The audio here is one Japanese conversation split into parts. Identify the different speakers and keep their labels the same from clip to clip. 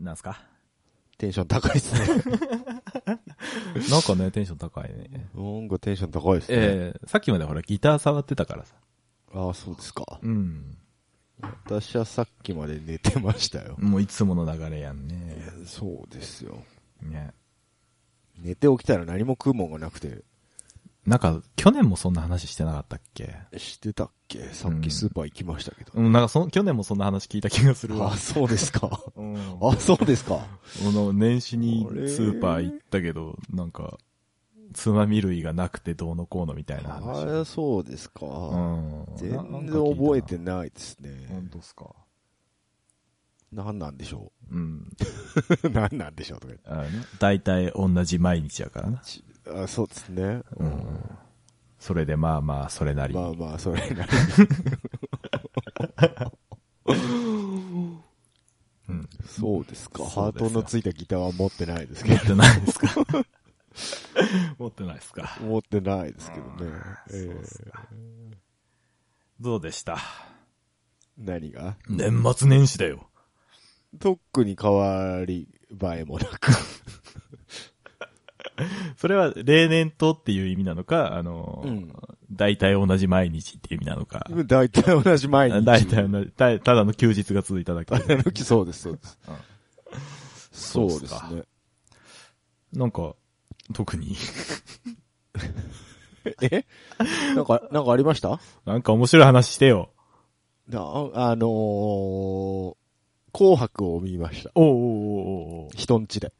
Speaker 1: なんすか
Speaker 2: テンション高いですね。
Speaker 1: なんかね、テンション高いね。
Speaker 2: なんかテンション高いですね。
Speaker 1: ええさっきまでほら、ギター触ってたからさ。
Speaker 2: ああ、そうですか。
Speaker 1: うん。
Speaker 2: 私はさっきまで寝てましたよ。
Speaker 1: もういつもの流れやんね。
Speaker 2: そうですよ。
Speaker 1: ね。
Speaker 2: 寝て起きたら何も食うもんがなくて、
Speaker 1: なんか、去年もそんな話してなかったっけ
Speaker 2: してたっけさっきスーパー行きましたけど。
Speaker 1: うん、なんかそ、去年もそんな話聞いた気がする
Speaker 2: ああ、
Speaker 1: わ。
Speaker 2: そうですか。
Speaker 1: うん。あ
Speaker 2: あ、そうですか。
Speaker 1: の、年始に
Speaker 2: あれ
Speaker 1: スーパー行ったけど、なんか、つまみ類がなくてどうのこうのみたいな話。
Speaker 2: ああ、そうですか。
Speaker 1: うん。
Speaker 2: 全
Speaker 1: な
Speaker 2: 然覚えて
Speaker 1: な
Speaker 2: ないです
Speaker 1: いな。
Speaker 2: ね。
Speaker 1: 本当っすか。
Speaker 2: 何なんでしょ
Speaker 1: うん。
Speaker 2: う。 何なんでしょうとか言って
Speaker 1: あの大体同じ毎日やからな。
Speaker 2: ちあそうですね。
Speaker 1: うん。それでまあまあ、それなりに。
Speaker 2: まあまあ、それなりに
Speaker 1: ん
Speaker 2: そうですか。ハ
Speaker 1: そう
Speaker 2: ー
Speaker 1: ですよ
Speaker 2: トのついたギターは持ってないですけ
Speaker 1: 持ってないですか 持ってないですか
Speaker 2: ど、持ってないですけどね。え
Speaker 1: そう
Speaker 2: ー
Speaker 1: っすかどうでした
Speaker 2: 何が
Speaker 1: 年末年始だよ。
Speaker 2: 特に変わり映えもなく。
Speaker 1: それは例年とっていう意味なのか、あの、
Speaker 2: うん
Speaker 1: 大体同じ毎日っていう意味なのか、
Speaker 2: 大体同じ毎日。
Speaker 1: 大体同じ、たただの休日が続いただけ。
Speaker 2: あの そうです、そうです。そう
Speaker 1: そう
Speaker 2: で
Speaker 1: っす
Speaker 2: す
Speaker 1: か
Speaker 2: ね。
Speaker 1: なんか、特に、
Speaker 2: えなんか、なんかありました
Speaker 1: なんか面白い話してよ。
Speaker 2: なあのー、紅白を見ました。
Speaker 1: おうおうおうおう
Speaker 2: 人んちで。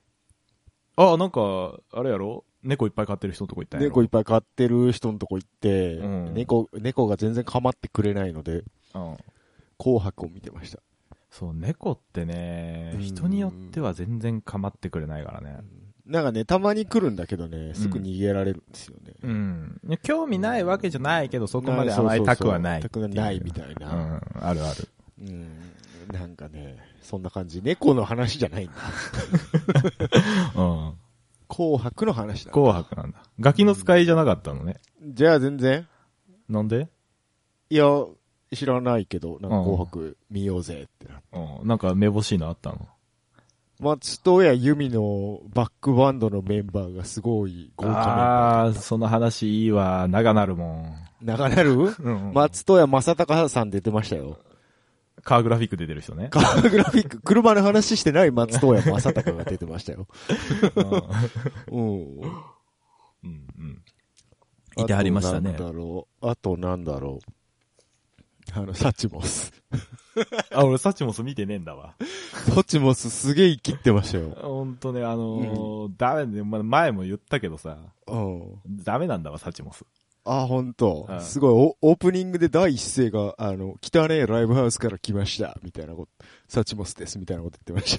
Speaker 1: おうあ、なんか、あれやろ猫いっぱい飼ってる人のとこ行ったんやろ
Speaker 2: 猫いっぱい飼ってる人のとこ行って、
Speaker 1: うん
Speaker 2: 猫、猫が全然構ってくれないので、
Speaker 1: うん。
Speaker 2: 紅白を見てました。
Speaker 1: そう、猫ってね
Speaker 2: う、ん
Speaker 1: 人によっては全然構ってくれないからね。
Speaker 2: なんかね、たまに来るんだけどね、すぐ逃げられるんですよね。
Speaker 1: うん。興味ないわけじゃないけど、そこまで甘えたくはない
Speaker 2: そうそうそうたくないみたい
Speaker 1: うん、
Speaker 2: な。
Speaker 1: あるある。
Speaker 2: うん。なんかね、そんな感じ。猫の話じゃないんだ。
Speaker 1: うん。
Speaker 2: 紅白の話だ。
Speaker 1: 紅白なんだ。ガキの使いじゃなかったのね。
Speaker 2: じゃあ全然
Speaker 1: なんで
Speaker 2: いや、知らないけど、なんか紅白見ようぜってな。
Speaker 1: うん。なんか、めぼしいのあったの
Speaker 2: 松任谷由実のバックバンドのメンバーがすごい豪華メンバ
Speaker 1: あー、その話いいわ。長なるも
Speaker 2: ー。長なる
Speaker 1: ん。うんま、
Speaker 2: 松任谷正隆さん出てましたよ。
Speaker 1: カーグラフィック出てる人ね。
Speaker 2: カーグラフィック、車の話してない松任谷正隆が出てましたよ。
Speaker 1: うん。うん
Speaker 2: うん。
Speaker 1: うん。いてはりましたね
Speaker 2: あと。なんだろう。あとなんだろう。あの、サチモス。
Speaker 1: あ、俺、サチモス見てねえんだわ。
Speaker 2: サチモスすげえ生きってましたよ。
Speaker 1: ほんとね、あのー、ダメね、ま前も言ったけどさ、
Speaker 2: うん。
Speaker 1: ダメなんだわ、サチモス。
Speaker 2: あ、ほんと
Speaker 1: う。ん
Speaker 2: すごい、おオープニングで第一声が、あの、汚ねえライブハウスから来ました、みたいなこと、サチモスです、みたいなこと言ってまし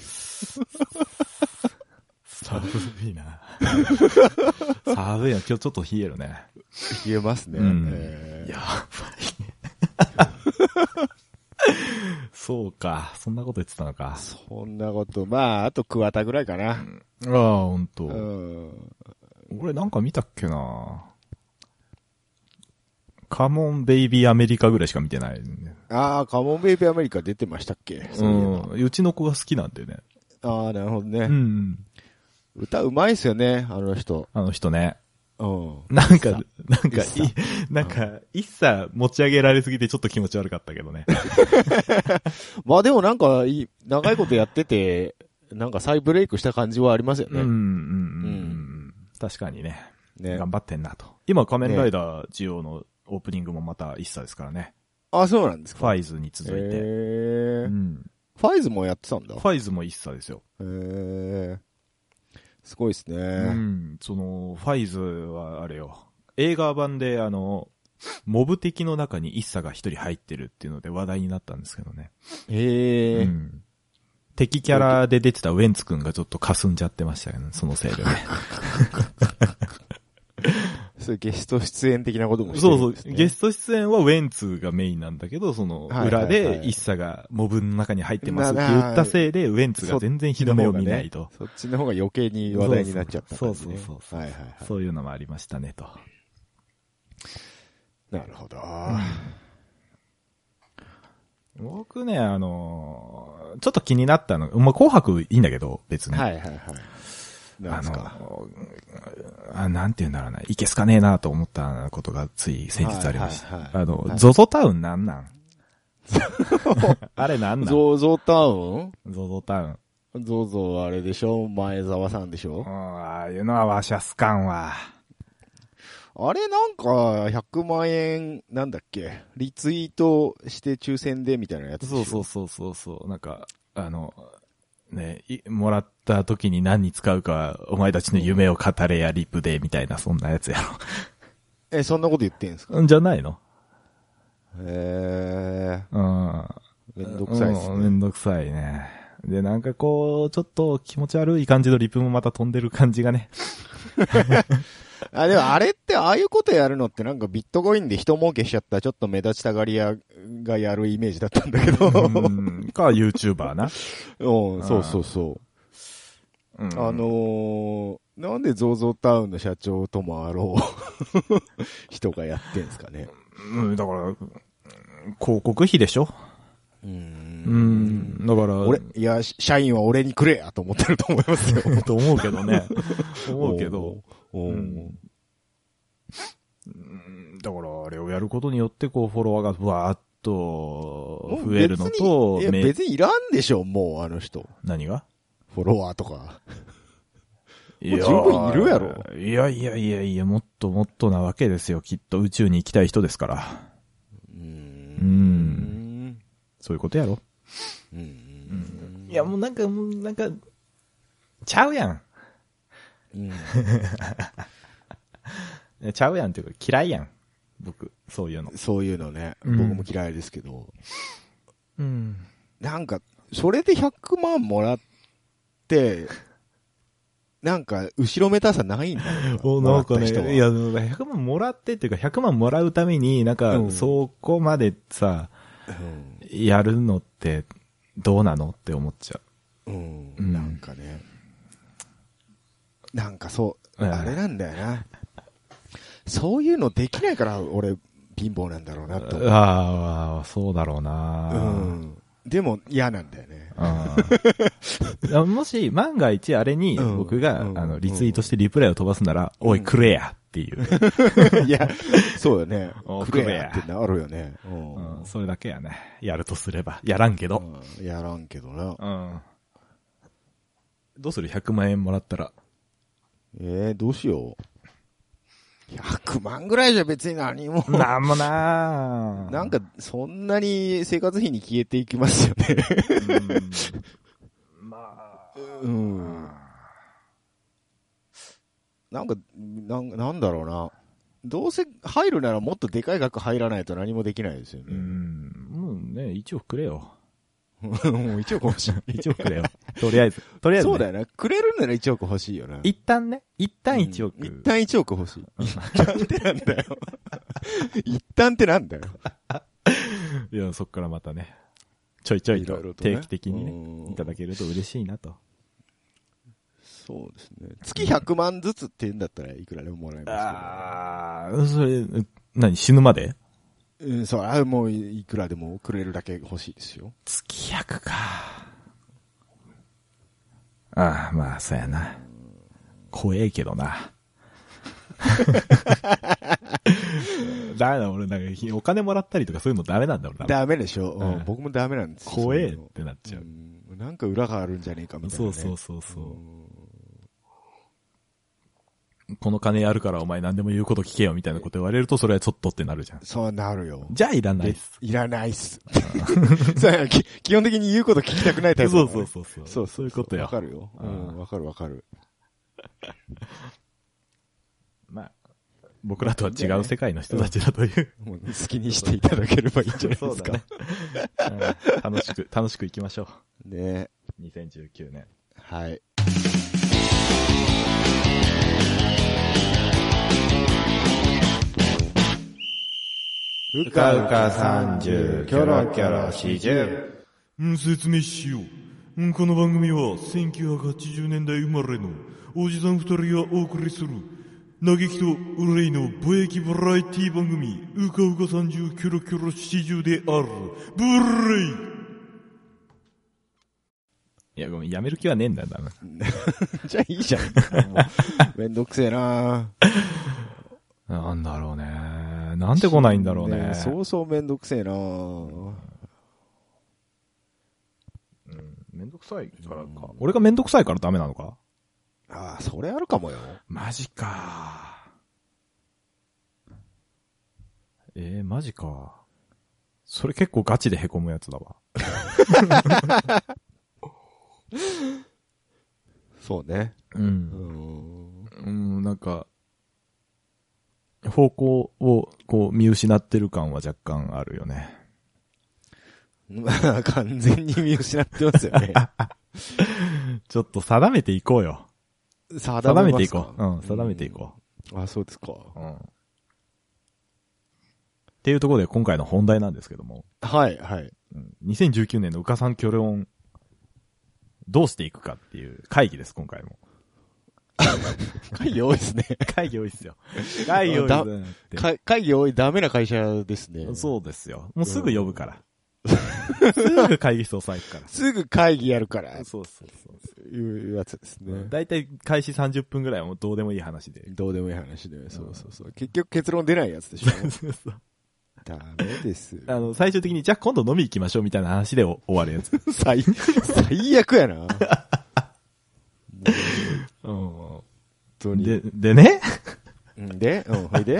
Speaker 1: 寒いな。 寒いな、今日ちょっと冷えるね。
Speaker 2: た。言えますね。
Speaker 1: うん
Speaker 2: えー
Speaker 1: やばいね。そうか。そんなこと言ってたのか。
Speaker 2: そんなこと、まあ、あと桑田ぐらいかな。
Speaker 1: ああ、ほん
Speaker 2: う
Speaker 1: と。
Speaker 2: ん。
Speaker 1: 俺なんか見たっけなカモンベイビーアメリカぐらいしか見てない、ね。
Speaker 2: ああ、カモンベイビーアメリカ出てましたっけ
Speaker 1: う
Speaker 2: そういえば
Speaker 1: ん。うちの子が好きなんだよね。
Speaker 2: ああ、なるほど
Speaker 1: う
Speaker 2: ね。
Speaker 1: ん。
Speaker 2: 歌うまいっすよね、あの人。
Speaker 1: あの人ね。
Speaker 2: うん。
Speaker 1: なんか、なんか、い
Speaker 2: 一茶、
Speaker 1: なんか、一切持ち上げられすぎてちょっと気持ち悪かったけどね。
Speaker 2: まあでもなんかいい、長いことやってて、なんか再ブレイクした感じはありますよ
Speaker 1: うん、うん、うん
Speaker 2: ね。う
Speaker 1: うん。確かにね。
Speaker 2: ね。
Speaker 1: 頑張ってんなと。今、仮面ライダージオのオープニングもまた一切ですからね。
Speaker 2: あ、そうなんです
Speaker 1: フ
Speaker 2: か。
Speaker 1: ァイズに続いて。
Speaker 2: へ
Speaker 1: う
Speaker 2: ー
Speaker 1: ん。
Speaker 2: ファイズもやってたんだ
Speaker 1: フ。ァイズも一切ですよ。
Speaker 2: へーすごいですね。
Speaker 1: うん。その、ファイズはあれよ。映画版で、あの、モブ敵の中に一切が一人入ってるっていうので話題になったんですけどね。
Speaker 2: へえ、
Speaker 1: うん。敵キャラで出てたウェンツ君がちょっと霞んじゃってましたよね、そのせいでね。
Speaker 2: そういうゲスト出演的なこともして
Speaker 1: そう
Speaker 2: る
Speaker 1: そ
Speaker 2: ん
Speaker 1: う
Speaker 2: です、ね。
Speaker 1: ゲスト出演はウェンツがメインなんだけど、その
Speaker 2: はいはい
Speaker 1: 裏
Speaker 2: はい
Speaker 1: で一茶がモブの中に入ってますって言ったせいで、ウェンツが全然日の目を見ないと。
Speaker 2: そっちの方が余計に話題になっちゃった感じ、ね。
Speaker 1: そうそうそうそう
Speaker 2: はいはいはい。
Speaker 1: そういうのもありましたねと。
Speaker 2: なるほど。
Speaker 1: 僕ね、あのーちょっと気になったの、まあ、紅白いいんだけど、別に。
Speaker 2: はいはいはい。なん
Speaker 1: あ
Speaker 2: ですか。
Speaker 1: のーあ、なんて言うんだろうな、いけすかねえなと思ったことがつい先日ありました。
Speaker 2: はいはいはい
Speaker 1: あの、
Speaker 2: はい
Speaker 1: ゾゾタウンなんなん あれなんなんゾ
Speaker 2: ゾゾタウ
Speaker 1: ゾタウン。
Speaker 2: ンゾゾはあれでしょ前澤さんでし
Speaker 1: う
Speaker 2: ょ
Speaker 1: んああいうのはわしゃすかんわ。
Speaker 2: あれなんか、100万円、なんだっけリツイートして抽選でみたいなやつでし
Speaker 1: そ
Speaker 2: ょ
Speaker 1: うそうそうそうそう。なんか、あの、ね、いもらった時に何に使うか、お前たちの夢を語れやリプで、みたいな、そんなやつや
Speaker 2: え、そんなこと言ってんですか
Speaker 1: ろ。 んじゃないの
Speaker 2: へ
Speaker 1: うん。
Speaker 2: え。めんどくさいっす
Speaker 1: うんめ
Speaker 2: ね。
Speaker 1: んどくさいね。で、なんかこう、ちょっと気持ち悪い感じのリプもまた飛んでる感じがね。
Speaker 2: あ、でもあれって、ああいうことやるのってなんかビットコインで人儲けしちゃったちょっと目立ちたがり屋がやるイメージだったんだけど。
Speaker 1: う
Speaker 2: うん
Speaker 1: ん、か、YouTuber な。
Speaker 2: うん、そうそうそう。
Speaker 1: うん
Speaker 2: あ、のー、なんで ZOZO タウンの社長ともあろう 人がやってんすかね。
Speaker 1: うん、だから、うん広告費でしょ
Speaker 2: う。
Speaker 1: うんん、だから、
Speaker 2: 俺、いや、し社員は俺にくれやと思ってると思いますよ。
Speaker 1: と思うけど ね。 思うけど。
Speaker 2: おー。おー
Speaker 1: うんうんだから、あれをやることによって、こう、フォロワーがぶわーっと増えるの
Speaker 2: もう
Speaker 1: と、
Speaker 2: 別にい
Speaker 1: め
Speaker 2: や、別にいらんでしょ、もう、あの人。
Speaker 1: 何が
Speaker 2: フォロワーとか。
Speaker 1: い
Speaker 2: もう十分いるやろ
Speaker 1: いやいやいやいや、もっともっとなわけですよ。きっと宇宙に行きたい人ですから。
Speaker 2: うー
Speaker 1: ん。そういうことやろ。
Speaker 2: うーん。
Speaker 1: いや、もうなんか、もうなんか、ちゃうやん
Speaker 2: うん。
Speaker 1: いや。ちゃうやんっていうか、嫌いやん。僕、そういうの。
Speaker 2: そういうのね、
Speaker 1: うん
Speaker 2: 僕も嫌いですけど。
Speaker 1: うん。
Speaker 2: なんか、それで100万もらって、なんか、後ろめたさないんだろ
Speaker 1: お
Speaker 2: うな。
Speaker 1: なんかね、
Speaker 2: もらった人はい
Speaker 1: や、100万もらってっていうか、100万もらうために、なんか、
Speaker 2: うん
Speaker 1: そこまでさ、やるのって、どうなのって思っちゃ
Speaker 2: うん。
Speaker 1: う
Speaker 2: うんん。なんかね。なんかそう、
Speaker 1: うん
Speaker 2: あれなんだよな。そういうのできないから、俺、貧乏なんだろうなと
Speaker 1: う。
Speaker 2: 思う。
Speaker 1: ああ、そうだろうな
Speaker 2: う、ん。でも、嫌なんだよ ね。
Speaker 1: あー もし、万が一あれに、
Speaker 2: うん
Speaker 1: 僕が、
Speaker 2: うん
Speaker 1: あの、リツイートしてリプライを飛ばすなら、おい、くれやって いう、
Speaker 2: いや、そうよね
Speaker 1: お。
Speaker 2: クレアってなるよね。う
Speaker 1: うん
Speaker 2: ん。
Speaker 1: それだけやね。やるとすれば。やらんけど。
Speaker 2: うんやらんけどな。
Speaker 1: うん。どうする ?100 万円もらったら。
Speaker 2: えー、どうしよう。100万ぐらいじゃ別に何も。
Speaker 1: なんも なー
Speaker 2: なんか、そんなに生活費に消えていきますよね。
Speaker 1: うんまあ、
Speaker 2: うん。なんか、なんなんだろうな。どうせ入るならもっとでかい額入らないと何もできないですよ
Speaker 1: う
Speaker 2: ね。
Speaker 1: ん、もうね、1億くれよ。
Speaker 2: もう1億欲 しい。
Speaker 1: 1億くれよ。とりあえず。とりあえず、ね。
Speaker 2: そうだよな。くれるなら1億欲しいよな。
Speaker 1: 一旦ね、一旦
Speaker 2: うん
Speaker 1: 1億。
Speaker 2: 一旦1億欲しい。一旦ってなんだよ。一旦ってなんだよ。
Speaker 1: いや、そっからまたね、ちょいちょい
Speaker 2: いろい
Speaker 1: と
Speaker 2: ろとね
Speaker 1: 定期的にね、
Speaker 2: うん
Speaker 1: いただけると嬉しいなと。
Speaker 2: そうですね。月100万ずつって言うんだったらいくらでももらえま
Speaker 1: ああ、それ、何死ぬまです
Speaker 2: けど。うん、そう、あもういくらでもくれるだけ欲しいですよ。
Speaker 1: 月100か。ああ、まあ、そうやな。怖えけど な。ダメだ、俺なんか、お金もらったりとかそういうのダメなんだ、俺。
Speaker 2: ダメでしょ、うん
Speaker 1: うん
Speaker 2: 僕もダメなんですよ。
Speaker 1: 怖えっ
Speaker 2: そういうの
Speaker 1: てなっちゃう。
Speaker 2: うんなんか裏があるんじゃねえかみたいな、
Speaker 1: そ
Speaker 2: ね。
Speaker 1: うそう
Speaker 2: そ。
Speaker 1: そうそうう。この金あるからお前何でも言うこと聞けよみたいなこと言われるとそれはちょっとってなるじゃん。
Speaker 2: そうなるよ。
Speaker 1: じゃあいらないっす。
Speaker 2: いらないっす。 そうき基本的に言うこと聞きたくないタイプだ
Speaker 1: そ
Speaker 2: か
Speaker 1: う
Speaker 2: らね、
Speaker 1: そうそうそう。
Speaker 2: そう、
Speaker 1: そういうことよ
Speaker 2: わ。かるよ。う、
Speaker 1: うん
Speaker 2: わかるわかる。
Speaker 1: まあ、僕らとは違う世界の人たちだという。
Speaker 2: もう好きにしていただければいいんじゃないですか。ね
Speaker 1: うん楽しく、楽しく行きましょ
Speaker 2: ね
Speaker 1: う。2019年。
Speaker 2: はい。う
Speaker 1: かうか30キョロキョロ40
Speaker 3: うん、説明しよう。うん、この番組は1980年代生まれのおじさん二人がお送りする嘆きと憂いの貿易バラエティ番組、うかうか30キョロキョロ40である、ブレイ
Speaker 1: いや、ごめん、やめる気はねえんだよ、多分
Speaker 2: じゃあいいじゃん。もうめんどくせえな
Speaker 1: なんだろうね。なんで来ないんだろうね。
Speaker 2: そうそうめんどくせえな
Speaker 1: うん。めんどくさいから
Speaker 2: うん
Speaker 1: か。俺がめんどくさいからダメなのか
Speaker 2: ああ、それあるかもよ。
Speaker 1: マジか。えー、マジか。それ結構ガチで凹むやつだわ。
Speaker 2: そうね。
Speaker 1: う。
Speaker 2: うんん。
Speaker 1: うん、なんか、方向をこう見失ってる感は若干あるよね。
Speaker 2: まあ、完全に見失ってま すよね。
Speaker 1: ちょっと定めていこうよ。
Speaker 2: 定
Speaker 1: 定
Speaker 2: め
Speaker 1: め
Speaker 2: ま
Speaker 1: て
Speaker 2: す
Speaker 1: い
Speaker 2: か
Speaker 1: こう。うん、定めていこ
Speaker 2: うん。あ、そうですか。
Speaker 1: う。うん。っていうところで今回の本題なんですけども、
Speaker 2: はい、はい。
Speaker 1: うん、2019年のうかさん巨論、どうしていくかっていう会議です、今回も。
Speaker 2: 会議多いですね。
Speaker 1: 会議多いっすよ。会議多い
Speaker 2: だ
Speaker 1: っす
Speaker 2: か会議多い、ダメな会社ですね。
Speaker 1: ね。そうですよ。もうすぐ呼ぶから。すぐ会議室押さえるか
Speaker 2: すぐ会議やるから
Speaker 1: ら。、 そうそうそう。
Speaker 2: いうやつですね。
Speaker 1: だいたい開始30分ぐらいはもうどうでもいい話で。
Speaker 2: どうでもいい話で、そうそうそう。結局結論出ないやつでしょ。ダメです。
Speaker 1: あの、最終的に、じゃあ今度飲み行きましょうみたいな話でお終わるやつ。
Speaker 2: 最、最悪やな。本当に。
Speaker 1: で、でね、
Speaker 2: うんで、うん、ほいで。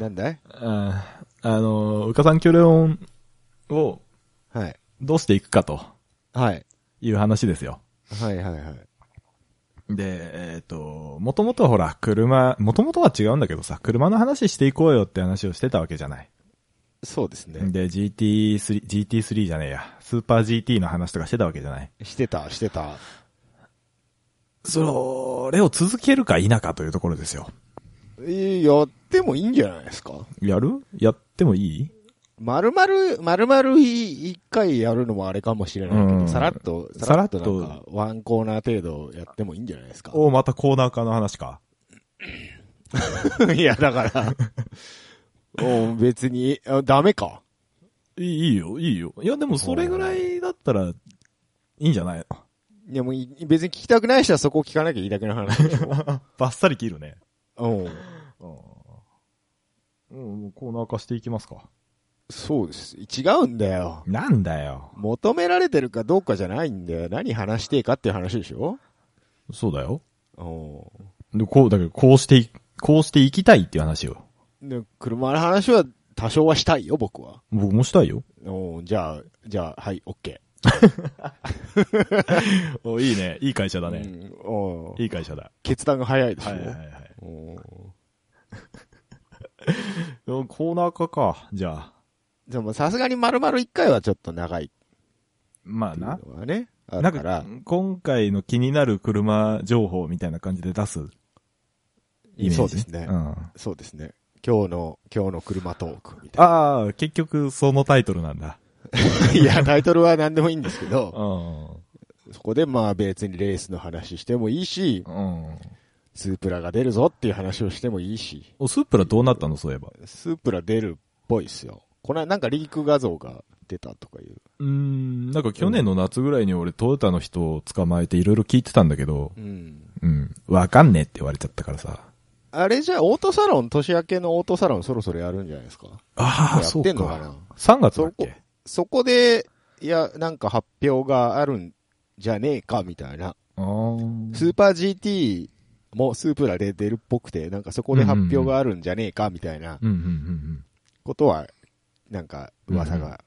Speaker 2: なんだい
Speaker 1: あーあの、うかさんキョレオンを
Speaker 2: はい。
Speaker 1: どうしていくかと
Speaker 2: はい。
Speaker 1: いう話ですよ。
Speaker 2: はいはいはい。
Speaker 1: で、えっ、と、もともとほら、車、もともとは違うんだけどさ、車の話していこうよって話をしてたわけじゃない。
Speaker 2: そうですね。
Speaker 1: で、GT3、GT3 じゃねえや、スーパー GT の話とかしてたわけじゃない。
Speaker 2: してた、してた。
Speaker 1: それを続けるか否かというところですよ。
Speaker 2: えやってもいいんじゃないですか
Speaker 1: やるやってもいい
Speaker 2: まるまる、まるまる一回やるのもあれかもしれないけど、
Speaker 1: うん
Speaker 2: さらっと、
Speaker 1: さら
Speaker 2: さら
Speaker 1: っ
Speaker 2: っ
Speaker 1: と
Speaker 2: となんか、ワンコーナー程度やってもいいんじゃないですか
Speaker 1: お、またコーナー化の話か。
Speaker 2: いや、だから、お別に、あダメか。
Speaker 1: いいいいよ、いいよ。いや、でもそれぐらいだったら、いいんじゃないの
Speaker 2: いや、もうい、別に聞きたくない人はそこ聞かなきゃいいだけの話 でしょ。
Speaker 1: バッサリ切るね。
Speaker 2: うん。
Speaker 1: うん。うん、コーナー化していきますか。
Speaker 2: そうです。違うんだよ。
Speaker 1: なんだよ。
Speaker 2: 求められてるかどうかじゃないんだよ。何話してえかっていう話でしょ
Speaker 1: そうだよ。
Speaker 2: う
Speaker 1: で、こう、だけど、こうしてい、こうしていきたいっていう話を。
Speaker 2: ん。で、車の話は多少はしたいよ、僕は。
Speaker 1: 僕もしたいよ。
Speaker 2: うん、じゃあ、じゃあ、はい、オッケ
Speaker 1: お、いいね。いい会社だ
Speaker 2: ー。
Speaker 1: ね。
Speaker 2: うんうん
Speaker 1: いい会社だ。
Speaker 2: 決断が早いでしょ、
Speaker 1: はいはいはい。
Speaker 2: うん
Speaker 1: うんコーナー化か。じゃあ。
Speaker 2: でもさすがに丸々一回はちょっと長いっ
Speaker 1: まあ
Speaker 2: ていう
Speaker 1: な。
Speaker 2: のはね、あ
Speaker 1: な
Speaker 2: る
Speaker 1: んか
Speaker 2: か、、
Speaker 1: ら今回の気になる車情報みたいな感じで出すイメージ。
Speaker 2: そうですね。
Speaker 1: うん。
Speaker 2: そうですね。今日の、今日の車トークみた
Speaker 1: ああ、結局そのタイトルなんだ。
Speaker 2: いな。いや、タイトルは何でもいいんですけ
Speaker 1: う
Speaker 2: ど、
Speaker 1: ん。
Speaker 2: そこでまあ別にレースの話してもいいし、
Speaker 1: うん。
Speaker 2: スープラが出るぞっていう話をしてもいいし、
Speaker 1: お、スープラどうなったのそういえば。
Speaker 2: スープラ出るっぽいっすよ。このなんかリーク画像が出たとかいう。
Speaker 1: うん、なんか去年の夏ぐらいに俺トヨタの人を捕まえていろいろ聞いてたんだけど、
Speaker 2: うん。
Speaker 1: うん。わかんねえって言われちゃったからさ。
Speaker 2: あれじゃあオートサロン、年明けのオートサロンそろそろやるんじゃないですか
Speaker 1: ああ、
Speaker 2: や
Speaker 1: そ
Speaker 2: っ
Speaker 1: う
Speaker 2: てんのかな
Speaker 1: か。3月だ
Speaker 2: そ
Speaker 1: っ
Speaker 2: こ
Speaker 1: け、
Speaker 2: そこで、いや、なんか発表があるんじゃねえかみたいな。
Speaker 1: あー
Speaker 2: スーパー GT もスープラで出るっぽくて、なんかそこで発表があるんじゃねえかみたいな
Speaker 1: うんうんうんうん。
Speaker 2: ことは、なんか噂が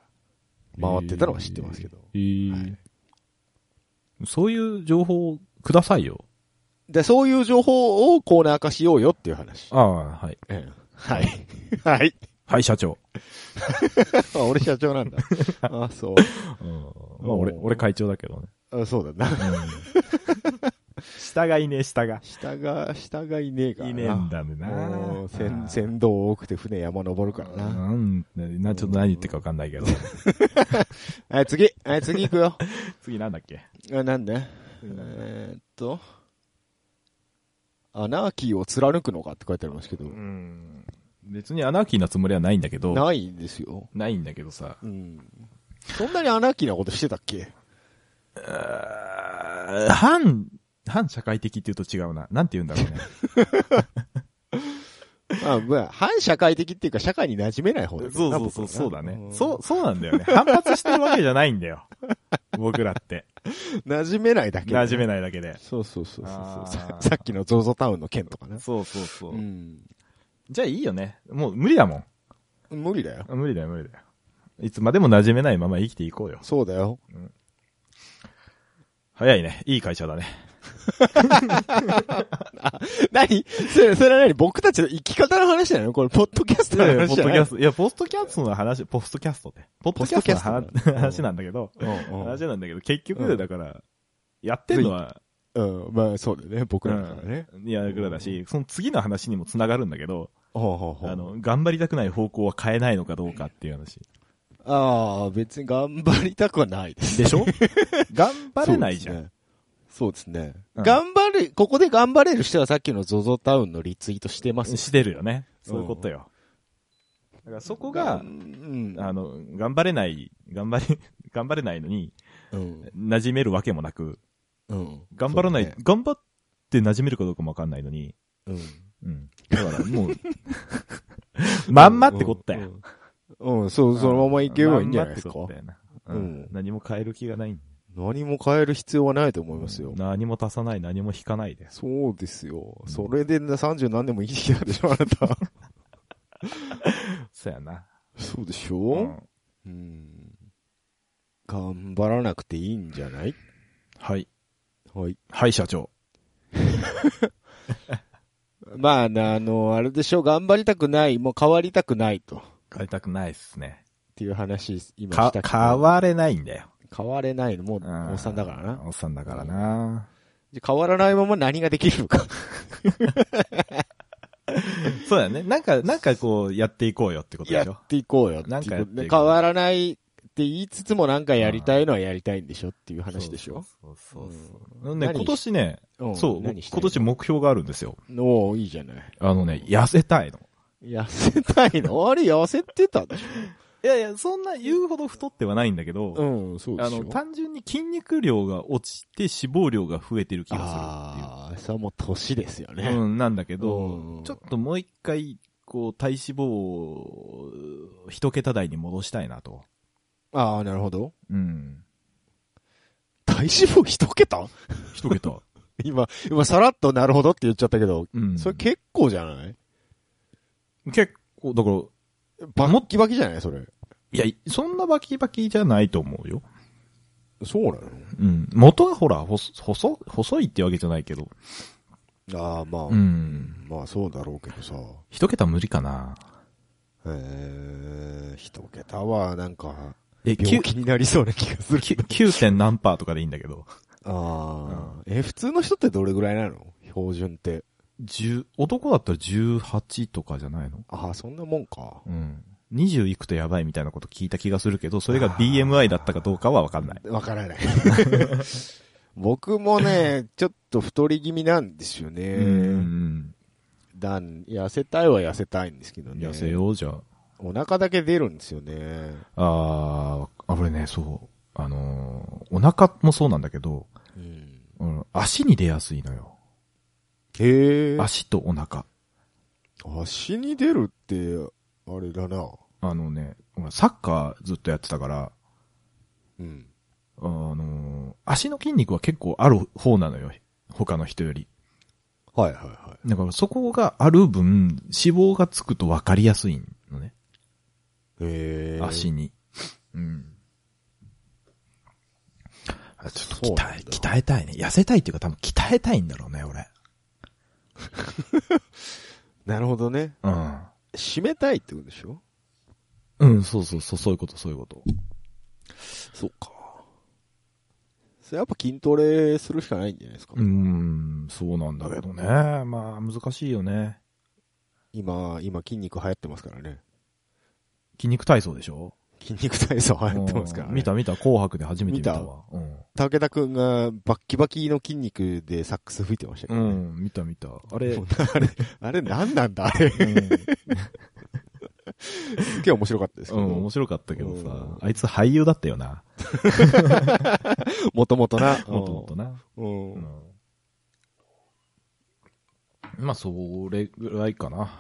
Speaker 2: 回ってたのは知ってますけど。
Speaker 1: えー
Speaker 2: はい
Speaker 1: そういう情報をくださいよ。
Speaker 2: で、そういう情報をコーナー化しようよっていう話。
Speaker 1: ああ、はい。
Speaker 2: ええはい。 はい。
Speaker 1: はい、社長。
Speaker 2: あ俺社長 なんだ。あ、そ
Speaker 1: う
Speaker 2: う
Speaker 1: ん。まあ俺、俺会長だけどね。
Speaker 2: あ。そうだな。
Speaker 1: 下がいねえ、下が。
Speaker 2: 下が、下がいねえからな。
Speaker 1: いねえんだべな
Speaker 2: もう船、船頭多くて船山登るから
Speaker 1: う
Speaker 2: な。
Speaker 1: ん。な、ちょっと何言ってるかわかんない けど。
Speaker 2: はい、次。はい、次行くよ。
Speaker 1: 次なんだっけ
Speaker 2: あなんでえーっと。アナーキーを貫くのかって書いてありますけど
Speaker 1: う、ん。別にアナーキーなつもりはないんだけど、な
Speaker 2: ないんですよ。
Speaker 1: いんだけどさ。
Speaker 2: うん。そんなにアナーキーなことしてたっけ
Speaker 1: あー反、反社会的って言うと違うな。なんて言うんだろうね。
Speaker 2: まあ、まあ、反社会的っていうか、社会に馴染めない方だ け
Speaker 1: そ
Speaker 2: ど
Speaker 1: う
Speaker 2: な
Speaker 1: そうそう、そうだね。
Speaker 2: 僕
Speaker 1: そ
Speaker 2: は
Speaker 1: う、そうなんだよね。反発してるわけじゃないんだよ。 僕らって。
Speaker 2: なうん馴染めないだけ。
Speaker 1: 馴染めないだけで。
Speaker 2: そうそうそうそう
Speaker 1: あー
Speaker 2: そう。ささっきの ZOZO タウンの件とかね。
Speaker 1: そうそうそう。
Speaker 2: うん。
Speaker 1: じゃあいいよね。もう無理だも
Speaker 2: 無理だよ。
Speaker 1: ん。無理だよ、無理だよ。いつまでも馴染めないまま生きていこうよ。
Speaker 2: そうだよ。
Speaker 1: 早いね。いい会社だね。
Speaker 2: 何それ、それは何僕たちの生き方の話なのこれ、ポッドキャス
Speaker 1: い
Speaker 2: トの
Speaker 1: やいや、ポ
Speaker 2: 話
Speaker 1: ッ
Speaker 2: じ
Speaker 1: ド
Speaker 2: ゃな
Speaker 1: キ
Speaker 2: い
Speaker 1: ャスト、いや、ポストキャストの話、ポストキャストって。ポッドキャストの
Speaker 2: ポストキャスト
Speaker 1: 話話なんだけど、
Speaker 2: うんうん
Speaker 1: 話なんだけど、結局、だから、やってんのは、
Speaker 2: うん、まあそうだよね、僕らだからね。
Speaker 1: いや、僕らだし、その次の話にも繋がるんだけど、
Speaker 2: ほうほうほう
Speaker 1: あの、頑張りたくない方向は変えないのかどうかっていう話。
Speaker 2: ああ、別に頑張りたくはないです。
Speaker 1: で しょ頑張れないじゃん。
Speaker 2: そうですね。そうですね
Speaker 1: うん
Speaker 2: 頑張る、ここで頑張れる人はさっきの ZOZO タウンのリツイートしてますよ。
Speaker 1: してるよね。そういうことよ。だからそこが
Speaker 2: う、ん。
Speaker 1: あの、頑張れない、頑張れ、 頑張れないのに、
Speaker 2: うん。
Speaker 1: 馴染めるわけもなく、
Speaker 2: うん。
Speaker 1: 頑張らない、
Speaker 2: そうね
Speaker 1: 頑張って馴染めるかどうかもわかんないのに、
Speaker 2: うん。
Speaker 1: うん。だから もう、まんまってこったよ。
Speaker 2: うん。うん、そう、そのままいけばいいんじゃないですか
Speaker 1: まんまっ。てこったよなう
Speaker 2: うん
Speaker 1: ん。何も変える気がないん
Speaker 2: 何も変える必要はないと思いますよ。
Speaker 1: 何も足さない、何も引かないです。
Speaker 2: そうですよ。それでな30何年も生きてきたでしょ、あな た。
Speaker 1: そうやな。
Speaker 2: そうでし
Speaker 1: う
Speaker 2: ょ
Speaker 1: ん
Speaker 2: うん。頑張らなくていいんじゃない
Speaker 1: はい。
Speaker 2: はい。
Speaker 1: はい、社長。
Speaker 2: まあ、あの、あれでしょ、頑張りたくない、もう変わりたくないと、っ
Speaker 1: 変えたくないっすね。
Speaker 2: ていう話、今し
Speaker 1: か
Speaker 2: たけ、ど
Speaker 1: 変われないんだよ。
Speaker 2: 変われないの、
Speaker 1: う
Speaker 2: も
Speaker 1: ん
Speaker 2: う、おっさんだからな。
Speaker 1: おっさんだからな。
Speaker 2: じゃ変わらないまま何ができるのか。
Speaker 1: そうだね。なんか、なんかこ う、やっていこうよってことで
Speaker 2: や
Speaker 1: しょ
Speaker 2: っていこうよっていう
Speaker 1: なんかやっていこう
Speaker 2: で変わらないって言いつつもなんかやりたいのはやりたいんでしょっていう話でしょ
Speaker 1: そうそうそう
Speaker 2: うん
Speaker 1: ね、
Speaker 2: 何
Speaker 1: 今年ね、
Speaker 2: うん
Speaker 1: そう、僕
Speaker 2: 何して
Speaker 1: 今年目標があるんですよ。
Speaker 2: のおーいいじゃない。
Speaker 1: あのね、痩せたいの。
Speaker 2: 痩せたいのあれ痩せてたでし
Speaker 1: いやいや、そんな言うほど太ってはないんだけど、
Speaker 2: ょうん、そうで
Speaker 1: あ
Speaker 2: しょ
Speaker 1: の、単純に筋肉量が落ちて脂肪量が増えてる気がするっ
Speaker 2: ああ、それはもう年ですよ
Speaker 1: て
Speaker 2: ね。
Speaker 1: いう。うん、なんだけ
Speaker 2: う
Speaker 1: ど
Speaker 2: ん、
Speaker 1: ちょっともう一回、こう、体脂肪を一桁台に戻したいなと。
Speaker 2: ああ、なるほど。
Speaker 1: うん。
Speaker 2: 体脂肪一桁
Speaker 1: 一 桁。
Speaker 2: 今、今さらっとなるほどって言っちゃったけど、
Speaker 1: うん。
Speaker 2: それ結構じゃない
Speaker 1: 結構、だから、
Speaker 2: バッキバキじゃないそれ。
Speaker 1: いや、そんなバキバキじゃないと思うよ。
Speaker 2: そうなの
Speaker 1: うん。元がほら、ほそ細、細いってわけじゃないけど。
Speaker 2: ああ、まあ、
Speaker 1: うん。
Speaker 2: まあそうだろうけどさ。
Speaker 1: 一桁無理かな。
Speaker 2: えー、一桁はなんか、
Speaker 1: え、九
Speaker 2: 病気になりそうな気が する
Speaker 1: 九
Speaker 2: けど。
Speaker 1: 九点何パーとかでいいんだけど。
Speaker 2: ああ、え、普通の人ってどれぐらいなの標準って。
Speaker 1: 十、男だったら18とかじゃないの
Speaker 2: ああ、そんなもんか。
Speaker 1: うん。20いくとやばいみたいなこと聞いた気がするけど、それが BMI だったかどうかはわかんない。
Speaker 2: わか らない。僕もね、ちょっと太り気味なんですよ
Speaker 1: う
Speaker 2: ね。
Speaker 1: ん。
Speaker 2: だん、痩せたいは痩せたいんですけどね。
Speaker 1: 痩せようじゃん。
Speaker 2: お腹だけ出るんですよね。
Speaker 1: あー、あ俺ね、そう。あのーお腹もそうなんだけど、
Speaker 2: うん。
Speaker 1: うん、足に出やすいのよ。
Speaker 2: へえ。
Speaker 1: 足とお腹。
Speaker 2: 足に出るって、あれだな。
Speaker 1: あのね、ほらサッカーずっとやってたから、
Speaker 2: うん。
Speaker 1: あのー足の筋肉は結構ある方なのよ。他の人より。
Speaker 2: はいはいはい。
Speaker 1: だからそこがある分、脂肪がつくと分かりやすいのね。
Speaker 2: へえ。
Speaker 1: 足に。うん。あちょっと
Speaker 2: そうな
Speaker 1: 鍛
Speaker 2: ん
Speaker 1: え、
Speaker 2: だ
Speaker 1: 鍛えたいね。痩せたいっていうか多分鍛えたいんだろうね、俺。
Speaker 2: なるほどね。
Speaker 1: うん。
Speaker 2: 締めたいってことでしょ
Speaker 1: うん、そうそうそう、そういうこと、そういうこと。
Speaker 2: そうか。それやっぱ筋トレするしかないんじゃないですか。
Speaker 1: うん、そうなんだけどね。まあ、難しいよね。
Speaker 2: 今、今筋肉流行ってますからね。
Speaker 1: 筋肉体操でしょ
Speaker 2: 筋肉体操流行ってますから、
Speaker 1: うん見た。見た、紅白で初めて見たわ。
Speaker 2: 武田くんがバッキバキの筋肉でサックス吹いてましたけ
Speaker 1: う
Speaker 2: どね。
Speaker 1: ん、うん、見た見 た。あれ、
Speaker 2: もうあれ、あれ何なんだあれ。
Speaker 1: うん、
Speaker 2: すげえ面白かったですけ
Speaker 1: う
Speaker 2: ど。
Speaker 1: ん面白かったけど
Speaker 2: う
Speaker 1: さ
Speaker 2: ん、
Speaker 1: あいつ俳優だったよな、
Speaker 2: もともとな。
Speaker 1: もともとな。
Speaker 2: うん
Speaker 1: うんまあ、それぐらいかな。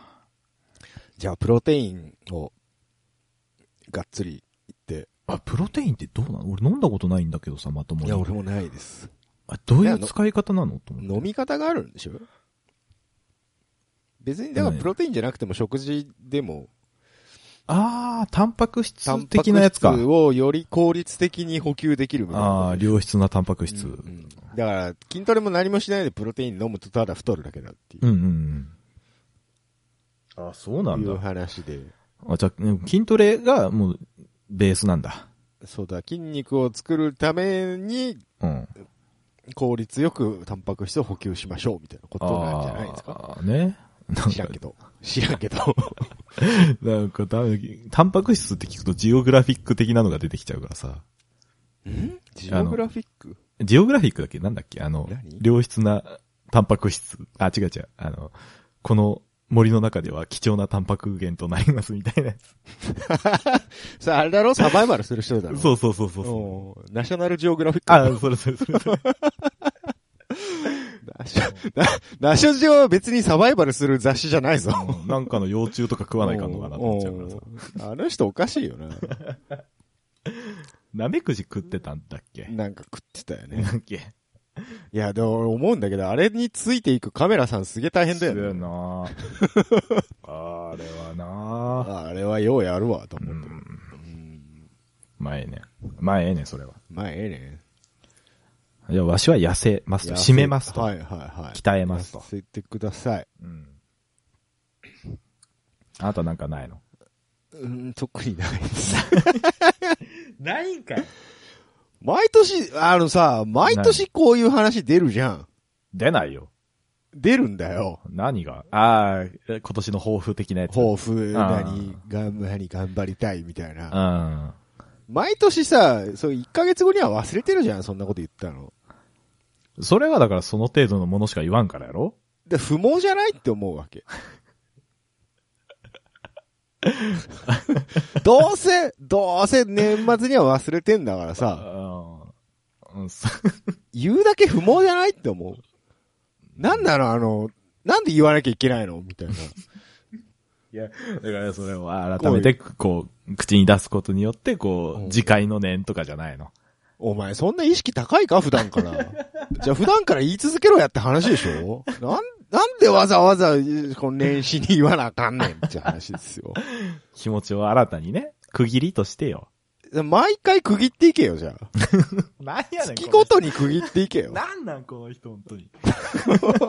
Speaker 2: じゃあ、プロテインを、がっつりいって。
Speaker 1: あ、プロテインってどうなの俺飲んだことないんだけどさ、まともに。
Speaker 2: もないです。
Speaker 1: あどういう使い方なのと思って。
Speaker 2: 飲み方があるんでしょ別に、だからプロテインじゃなくても食事でも、
Speaker 1: あー、タンパク
Speaker 2: タン
Speaker 1: 質
Speaker 2: パク
Speaker 1: 的なやつ
Speaker 2: 質
Speaker 1: か。
Speaker 2: をより効率的に補給できる部分
Speaker 1: あー、良質なタンパク質。
Speaker 2: う
Speaker 1: うん
Speaker 2: んだから、筋トレも何もしないでプロテイン飲むとただ太るだけだってい
Speaker 1: うん
Speaker 2: う、
Speaker 1: うん。あそうないん
Speaker 2: う
Speaker 1: だ。
Speaker 2: 話で。
Speaker 1: あ、じゃあ、うん筋トレがもう、ベースなんだ。
Speaker 2: そうだ、筋肉を作るために
Speaker 1: うん。
Speaker 2: 効率よくタンパク質を補給しましょうみたいなことなんじゃないですか
Speaker 1: あーね。なん
Speaker 2: 知らんけど。知らんけど。
Speaker 1: なんかダメ、タンパク質って聞くとジオグラフィック的なのが出てきちゃうからさ。
Speaker 2: ジオグラフィック
Speaker 1: ジオグラフィックだっけなんだっけあの
Speaker 2: 何、
Speaker 1: 良質なタンパク質。あ、違う違う。あの、この森の中では貴重なタンパク源となりますみたいなやつ。
Speaker 2: さあ、あれだろサバイバルする人だろ
Speaker 1: そううそうそうそうそう。
Speaker 2: ナショナルジオグラフィック。
Speaker 1: あ、それそれそれそれ。
Speaker 2: ナショナナショジオは別にサバイバルする雑誌じゃないぞ。
Speaker 1: うんなんかの幼虫とか食わないかんのかなって思っちゃうからさ。
Speaker 2: うんあの人おかしいよな。
Speaker 1: ナメクジ食ってたんだっけ
Speaker 2: なんか食ってたよね
Speaker 1: な。んだっけ
Speaker 2: いや、でも俺思うんだけど、あれについていくカメラさんすげえ大変だよ
Speaker 1: すげえ
Speaker 2: ね。
Speaker 1: なあれはな
Speaker 2: ああれはようやるわ、と
Speaker 1: う
Speaker 2: 思って。
Speaker 1: ん。
Speaker 2: うん
Speaker 1: まあええね。まあええね、それは。
Speaker 2: まあ、ええね。
Speaker 1: いや、わしは痩せますと。締めますと。
Speaker 2: はいはいはい。
Speaker 1: 鍛えますと
Speaker 2: 痩。せてください。
Speaker 1: うん。あなたなんかないの
Speaker 2: うん、特にないです。
Speaker 1: ないんかい
Speaker 2: 毎年、あのさ、毎年こういう話出るじゃん。
Speaker 1: 出ないよ。
Speaker 2: 出るんだよ。
Speaker 1: 何がああ、え今年の抱負的なやつ。
Speaker 2: 抱負、
Speaker 1: あー
Speaker 2: 何、頑張り、頑張りたいみたいうな。
Speaker 1: ん。
Speaker 2: 毎年さ、そう、1ヶ月後には忘れてるじゃん、そんなこと言ったの。
Speaker 1: それはだからその程度のものしか言わんからやろ
Speaker 2: で、不毛じゃないって思う わけ。どうせ、どうせ年末には忘れてんだからさ、
Speaker 1: うん。 うんそ
Speaker 2: 言うだけ不毛じゃないって思う。なんなのあの、なんで言わなきゃいけないのみたいな。
Speaker 1: いや、だからそれを改めて、こう、口に出すことによって、こ
Speaker 2: うん
Speaker 1: う、次回の念とかじゃないの。
Speaker 2: お前そんな意識高いか普段から。じゃあ普段から言い続けろやって話でしょなん、なんでわざわざ、この年始に言わなあかんねんって話ですよ。
Speaker 1: 気持ちを新たにね、区切りとしてよ。
Speaker 2: 毎回区切っていけよ、じゃあ。
Speaker 1: なんやねん。
Speaker 2: 月ごとに区切っていけよ。
Speaker 1: なんなんこの人、本当に。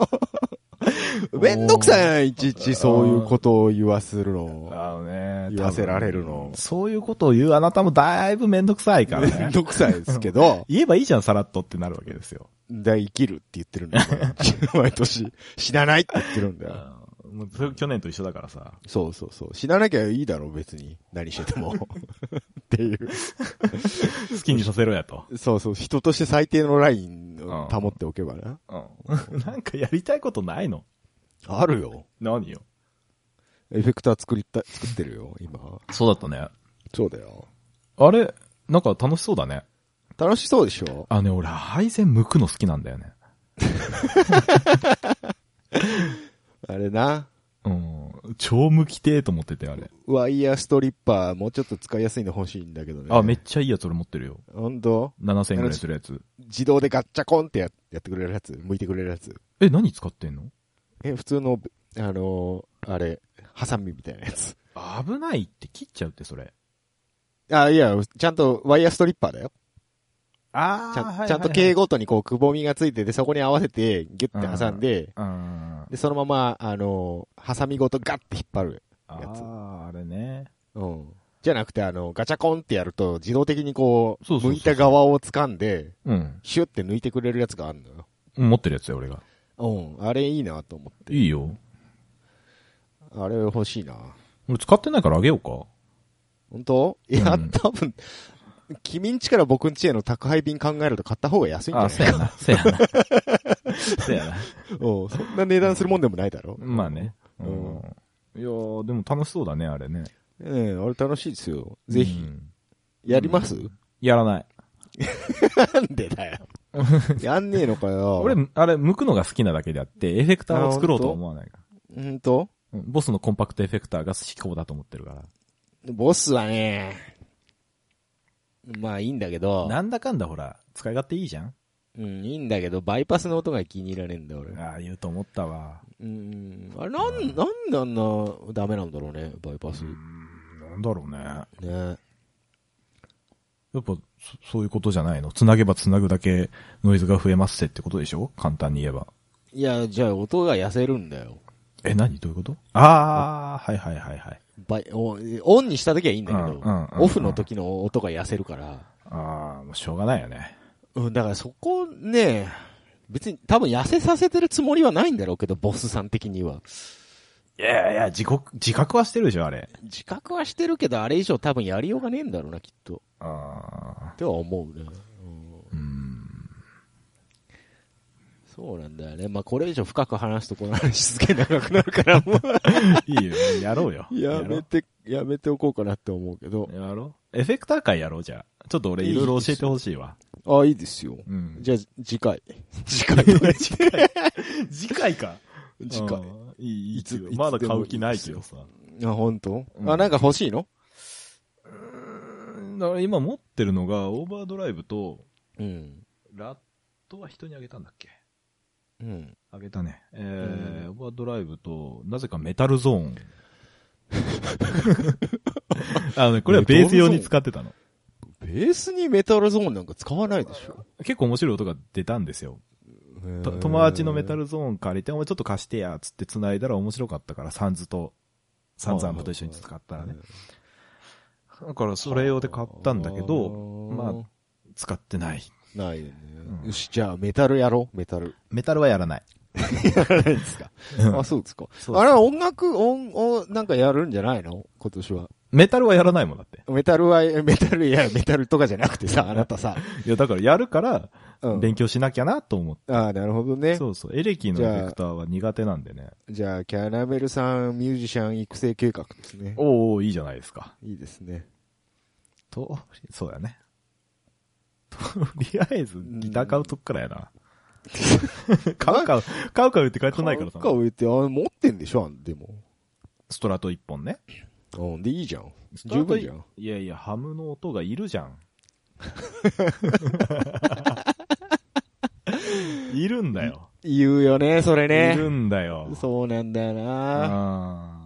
Speaker 2: めんどくさいな、いちいちそういうことを言わせるの。
Speaker 1: あのね、
Speaker 2: 言わせられる
Speaker 1: 多
Speaker 2: の
Speaker 1: 分そういうことを言うあなたもだいぶめんどくさいから
Speaker 2: めん
Speaker 1: ね。
Speaker 2: どくさいですけど、
Speaker 1: 言えばいいじゃん、さらっとってなるわけですよ。
Speaker 2: だ生きるって言ってるんだよ、 毎毎年。死なないって言ってるんだよ。
Speaker 1: うんもうそれ去年と一緒だから さ。
Speaker 2: そうそうそう。死ななきゃいいだろ、別に。何してて も。っていう。
Speaker 1: 好きにさせろやと。
Speaker 2: そうそう、人として最低のラインを保っておけばな。
Speaker 1: うん。 なんかやりたいことないの
Speaker 2: あるよ。
Speaker 1: 何よ。
Speaker 2: エフェクター作りた、作ってるよ、今。
Speaker 1: そうだったね。
Speaker 2: そうだよ。
Speaker 1: あれ、なんか楽しそうだね。
Speaker 2: 楽しそうでしょ
Speaker 1: あのね、俺、配線剥くの好きなんだよね。
Speaker 2: あれな。
Speaker 1: うん。超剥きてえと思ってて、あれ。
Speaker 2: ワイヤーストリッパー、もうちょっと使いやすいの欲しいんだけどね。
Speaker 1: あ、めっちゃいいやつ俺持ってるよ。
Speaker 2: ほんと
Speaker 1: 7000円くらいするやつ。
Speaker 2: 自動でガッチャコンってややってくれるやつ向いてくれるやつ。
Speaker 1: え、何使ってんの
Speaker 2: え、普通の、あのーあれ、ハサミみたいなやつ。
Speaker 1: 危ないって切っちゃうって、それ。
Speaker 2: あ、いや、ちゃんとワイヤーストリッパーだよ。
Speaker 1: あ
Speaker 2: ちゃん,、ちゃんと径ごとにこう、くぼみがついてて、そこに合わせて、ギュッて挟んで、
Speaker 1: うん。
Speaker 2: で、そのまま、あのーハサミごとガッて引っ張る。
Speaker 1: あ
Speaker 2: やつ
Speaker 1: あ、あれね。
Speaker 2: うん。じゃなくて、あの、ガチャコンってやると、自動的にこう、
Speaker 1: そうそうそう
Speaker 2: 向いた側を掴んで、
Speaker 1: うん。
Speaker 2: シュッて抜いてくれるやつがあるのよ。
Speaker 1: 持ってるやつよ、俺が。
Speaker 2: うん。あれいいなと思って。
Speaker 1: いいよ。
Speaker 2: あれ欲しいな。
Speaker 1: 俺使ってないからあげようか。
Speaker 2: 本当いや、
Speaker 1: うん
Speaker 2: 多分、君んちから僕んちへの宅配便考えると買った方が安いんじ ゃ
Speaker 1: あ、
Speaker 2: ない
Speaker 1: そうやな、そうやな。そうやな。
Speaker 2: おうそんな値段するもんでもないだろ。
Speaker 1: まあね。うんい
Speaker 2: うん。
Speaker 1: やー、でも楽しそうだね、あれね。
Speaker 2: ええ、あれ楽しいですよ。ぜ
Speaker 1: う
Speaker 2: ひ、
Speaker 1: ん
Speaker 2: やります
Speaker 1: やらない。
Speaker 2: なんで だよ。やんねえのかよ。
Speaker 1: 俺、あれ、向くのが好きなだけであって、エフェクターを作ろうとは思わないから。
Speaker 2: ほんと
Speaker 1: うんボスのコンパクトエフェクターが至高だと思ってるから。
Speaker 2: ボスはね、まあいいんだけど、
Speaker 1: なんだかんだほら、使い勝手いいじゃん
Speaker 2: うん、いいんだけど、バイパスの音が気に入らねえんだ、俺。
Speaker 1: ああ、言うと思ったわ。
Speaker 2: うん、あれ、なん、なんであんな、ダメなんだろうね、バイパス。ね
Speaker 1: なんだろうね。やっぱ、そそういうことじゃないの繋げば繋ぐだけノイズが増えますせってことでしょ簡単に言えば。
Speaker 2: いや、じゃあ音が痩せるんだよ。
Speaker 1: え、何どういうことああ、はいはいはいはい。
Speaker 2: バイおオンにした時はいいんだけ
Speaker 1: うんうんうん
Speaker 2: ど、オフの時の音が痩せるから。
Speaker 1: ああ、もうしょうがないよね。
Speaker 2: うん、だからそこね、別に多分痩せさせてるつもりはないんだろうけど、ボスさん的には。
Speaker 1: いやいや、自覚、自覚はしてるでしょ、あれ。
Speaker 2: 自覚はしてるけど、あれ以上多分やりようがねえんだろうな、きっと。
Speaker 1: ああ、
Speaker 2: っては思うね。
Speaker 1: うん。
Speaker 2: そうなんだよね。まあ、これ以上深く話すとこの話すげえ長くなるから、も
Speaker 1: いいよ、やろうよ。
Speaker 2: う。やめて、やめておこうかなって思うけど。
Speaker 1: やろう。やろうエフェクター会やろう、じゃあ。ちょっと俺いろいろ教えてほしいわ。
Speaker 2: ああ、いいですよ。
Speaker 1: うん。
Speaker 2: じゃあ、次回。 次回。次回。
Speaker 1: 次回か。
Speaker 2: 次回。
Speaker 1: うん。いい、いい
Speaker 2: いつ
Speaker 1: けど
Speaker 2: いつ
Speaker 1: まだ買う気ないけどさ。
Speaker 2: あ、本当、
Speaker 1: うん
Speaker 2: あ、なんか欲しいの
Speaker 1: だから今持ってるのが、オーバードライブと、
Speaker 2: うん。
Speaker 1: ラットは人にあげたんだっけ
Speaker 2: うん。
Speaker 1: あげたね。えーオーバードライブと、なぜかメタルゾーン。あのね、これはベース用に使ってたの。
Speaker 2: ベースにメタルゾーンなんか使わないでしょ。
Speaker 1: 結構面白い音が出たんですよ。と友達のメタルゾーン借りて、お前ちょっと貸してや、つって繋いだら面白かったから、サンズと、サンズアンプと一緒に使ったらね。だからそれ用で買ったんだけど、
Speaker 2: ど
Speaker 1: まあ使ってない。
Speaker 2: ないよね。
Speaker 1: うん
Speaker 2: よし、じゃあ、メタルやろう、メ タル。
Speaker 1: メタルはやらない。
Speaker 2: やらないですか。 あ、そうですか。
Speaker 1: そう
Speaker 2: あれは音楽、音、をなんかやるんじゃないの今年は。
Speaker 1: メタルはやらないもんだって。
Speaker 2: メタルは、え メタル、いや、メタルとかじゃなくてさ、あなたさ。
Speaker 1: いや、だからやるから、
Speaker 2: うん。
Speaker 1: 勉強しなきゃなと思って。
Speaker 2: ああ、なるほどね。
Speaker 1: そうそう。エレキのエフェクターは苦手なんでね。
Speaker 2: じゃあ、キャラメルさん、ミュージシャン育成計画ですね。
Speaker 1: おーおーいいじゃないですか。
Speaker 2: いいですね。
Speaker 1: と、そうだね。とりあえず、ギター買うとこからやな。買うか、買うか言って買えてないからさ
Speaker 2: 買。うか言って、あ持ってんでしょ、あんでも。
Speaker 1: ストラト1本ね。
Speaker 2: うん、で、いいじゃん。十分じゃん。
Speaker 1: いやいや、ハムの音がいるじゃ ん。いるんだよ。
Speaker 2: 言うよね、それ
Speaker 1: い
Speaker 2: ね。
Speaker 1: るんだよ。
Speaker 2: そうなんだよな。
Speaker 1: あー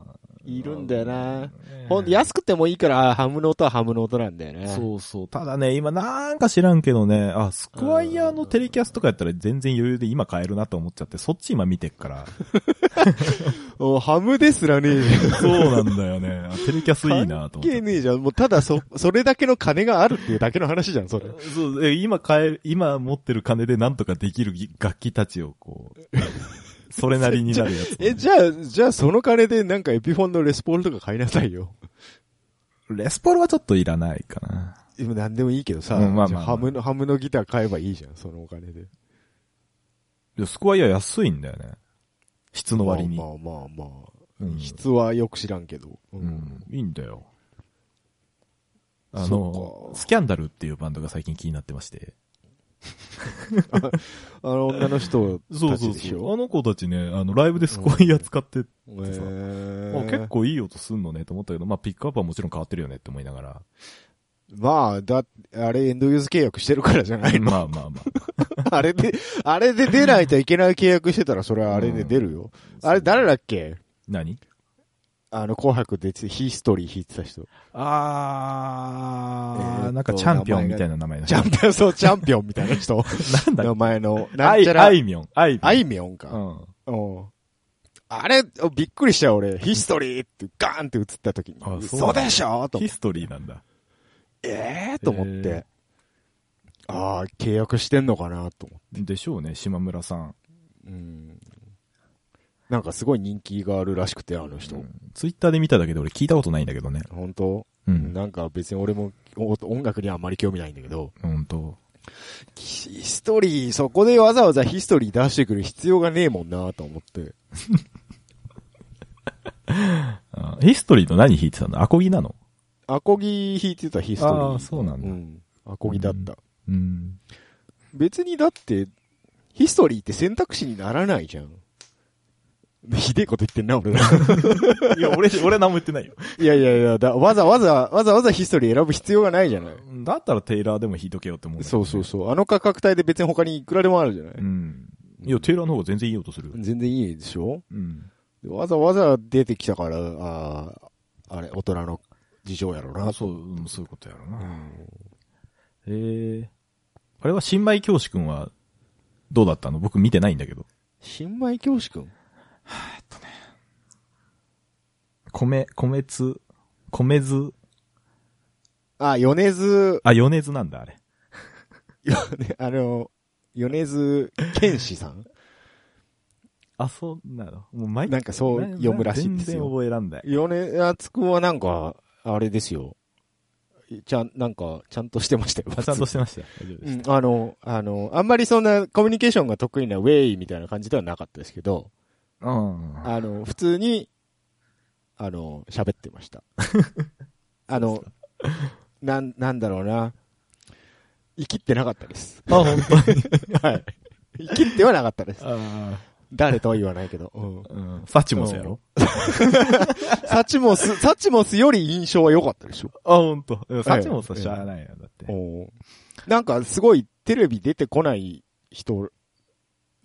Speaker 2: いるんだよな。
Speaker 1: ね
Speaker 2: ほん、安くてもいいから、ハムの音はハムの音なんだよね。
Speaker 1: そうそう。ただね、今なんか知らんけどね、あ、スクワイヤーのテレキャスとかやったら全然余裕で今買えるなと思っちゃって、そっち今見てっ から。
Speaker 2: おハムですらねえじゃん。
Speaker 1: そうなんだよね。あテレキャスいいなと思っ
Speaker 2: 関係
Speaker 1: て。
Speaker 2: ねえじゃん。もうただそ、それだけの金があるっていうだけの話じゃん、それ。
Speaker 1: そう、え今買える、今持ってる金でなんとかできる楽器たちをこう、 それなりになるやつ。
Speaker 2: え、じゃあ、じゃあその金でなんかエピフォンのレスポールとか買いなさいよ。
Speaker 1: レスポールはちょっといらないかな。
Speaker 2: でもなんでもいいけどさ、
Speaker 1: うんまあ
Speaker 2: じゃあ
Speaker 1: まあまあ
Speaker 2: ハムの、ハムのギター買えばいいじゃん、そのお金で。
Speaker 1: いやスクワイヤー安いんだよね。質の割に。
Speaker 2: まあまあまあまあ。
Speaker 1: うん
Speaker 2: 質はよく知らんけど。う
Speaker 1: う。ん、いいんだよ。あ
Speaker 2: そ
Speaker 1: の
Speaker 2: っ、か
Speaker 1: スキャンダルっていうバンドが最近気になってまして。
Speaker 2: あの女の人
Speaker 1: そ
Speaker 2: た
Speaker 1: うそ
Speaker 2: ち
Speaker 1: う
Speaker 2: でし
Speaker 1: そう。あ
Speaker 2: ょ。
Speaker 1: の子たちね、あの、ライブでスコイヤ使って、
Speaker 2: へ
Speaker 1: そう
Speaker 2: ー
Speaker 1: あ結。構いい音すんのねと思ったけど、まあ、ピックアップはもちろん変わってるよねって思いながら。
Speaker 2: まあ、だ、あれエンドユース契約してるからじ ゃないの。
Speaker 1: まあまあまあ。
Speaker 2: あれで、あれで出ないといけない契約してたらそれはあれで出るよ。あれ誰だっけ
Speaker 1: 何
Speaker 2: あの、紅白でヒストリー弾いてた人。
Speaker 1: あ
Speaker 2: えーっと
Speaker 1: なんかチャンピオンみたいな名前の
Speaker 2: チ
Speaker 1: 人。
Speaker 2: ャンピオン、そう、チャンピオンみたい な人。
Speaker 1: なんだっ
Speaker 2: 名
Speaker 1: け
Speaker 2: 前の、な
Speaker 1: あ
Speaker 2: んちゃ
Speaker 1: い、
Speaker 2: ら、
Speaker 1: あ
Speaker 2: あい
Speaker 1: いみょん。あいみょん。
Speaker 2: みょん
Speaker 1: う
Speaker 2: か。
Speaker 1: ん。
Speaker 2: うん。あれ、びっくりしたよ、俺。ヒストリーってガーンって映った時に。
Speaker 1: あそう
Speaker 2: そうでしょと
Speaker 1: ヒ
Speaker 2: 思って、
Speaker 1: ストリーなんだ。
Speaker 2: えーと思っ
Speaker 1: へー
Speaker 2: て。ああ、契約してんのかなと思って。
Speaker 1: でしょうね、島村さん。
Speaker 2: うん。なんかすごい人気があるらしくて、あの人。
Speaker 1: ツイッターで見ただけで俺聞いたことないんだけどね。
Speaker 2: 本当
Speaker 1: うん。
Speaker 2: なんか別に俺もお音楽にはあんまり興味ないんだけど、
Speaker 1: 本当
Speaker 2: ヒストリー、そこでわざわざヒストリー出してくる必要がねえもんなと思って。
Speaker 1: あヒストリーの何弾いてたのアコギなの
Speaker 2: アコギ弾いてたヒストリー。
Speaker 1: あーそうなんだ
Speaker 2: うん。アコギだった。
Speaker 1: うん。
Speaker 2: 別にだって、ヒストリーって選択肢にならないじゃん。ひでえこと言ってんな、俺。
Speaker 1: いや、俺、俺何も言ってないよ。
Speaker 2: いやいやいやだ、わざわざ、わざわざヒストリー選ぶ必要がないじゃない。
Speaker 1: だったらテイラーでも弾いとけよって思うんだけど
Speaker 2: そ
Speaker 1: ね。
Speaker 2: うそうそう。あの価格帯で別に他にいくらでもあるじゃない。
Speaker 1: うん。いや、テイラーの方が全然いい音するよ。
Speaker 2: 全然いいでしょ
Speaker 1: うん。
Speaker 2: わざわざ出てきたから、ああ、あれ、大人の事情やろな。
Speaker 1: そう、うんそういうことやろな。えー、あれは新米教師くんはどうだったの僕見てないんだけど。
Speaker 2: 新米教師くん
Speaker 1: 米、米津、米津、
Speaker 2: あ、米津、
Speaker 1: あ、米津なんだ、あれ。
Speaker 2: よねあの、米津玄師さん
Speaker 1: あ、そうなのもう毎
Speaker 2: なんかそう読むらしいんです
Speaker 1: 全然
Speaker 2: よ。
Speaker 1: 覚えらん ない。
Speaker 2: 米津くんはなんか、あれですよ。ちゃん、なんか、ちゃんとしてましたよ。
Speaker 1: ちゃんとしてましたよ。大丈夫で
Speaker 2: う
Speaker 1: す。
Speaker 2: ん、あの、あの、あんまりそんなコミュニケーションが得意なウェイみたいな感じではなかったですけど、
Speaker 1: うん。
Speaker 2: あの、普通に、あの、喋ってま した。あの、なん、なんだろうな。生きってなかったです。
Speaker 1: あ、本当に。
Speaker 2: はい。生きってはなかったです。
Speaker 1: あ
Speaker 2: 誰とは言わないけど。うん
Speaker 1: ー、うん。サチモスやろ
Speaker 2: サチモス、サチモスより印象は良かったでしょ。
Speaker 1: あ、本当。サチモスはしゃあないよ、だって。
Speaker 2: おーなんかすごいテレビ出てこない人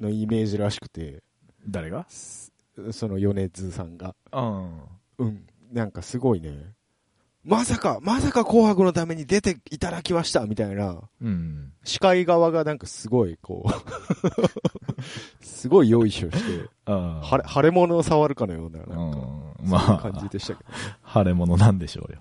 Speaker 2: のイメージらしくて、
Speaker 1: 誰が
Speaker 2: すその米津さんが。
Speaker 1: うん。
Speaker 2: うん。なんかすごいね。まさか、まさか紅白のために出ていただきましたみたいな。
Speaker 1: うん。
Speaker 2: 司会側がなんかすごい、こう、すごい用意しをして、
Speaker 1: あ
Speaker 2: 腫れ、腫れ物を触るかのような、
Speaker 1: う
Speaker 2: なんか、
Speaker 1: ん。ま
Speaker 2: そういう感じ
Speaker 1: あ、
Speaker 2: でしたけど。
Speaker 1: 腫れ物なんでしょうよ。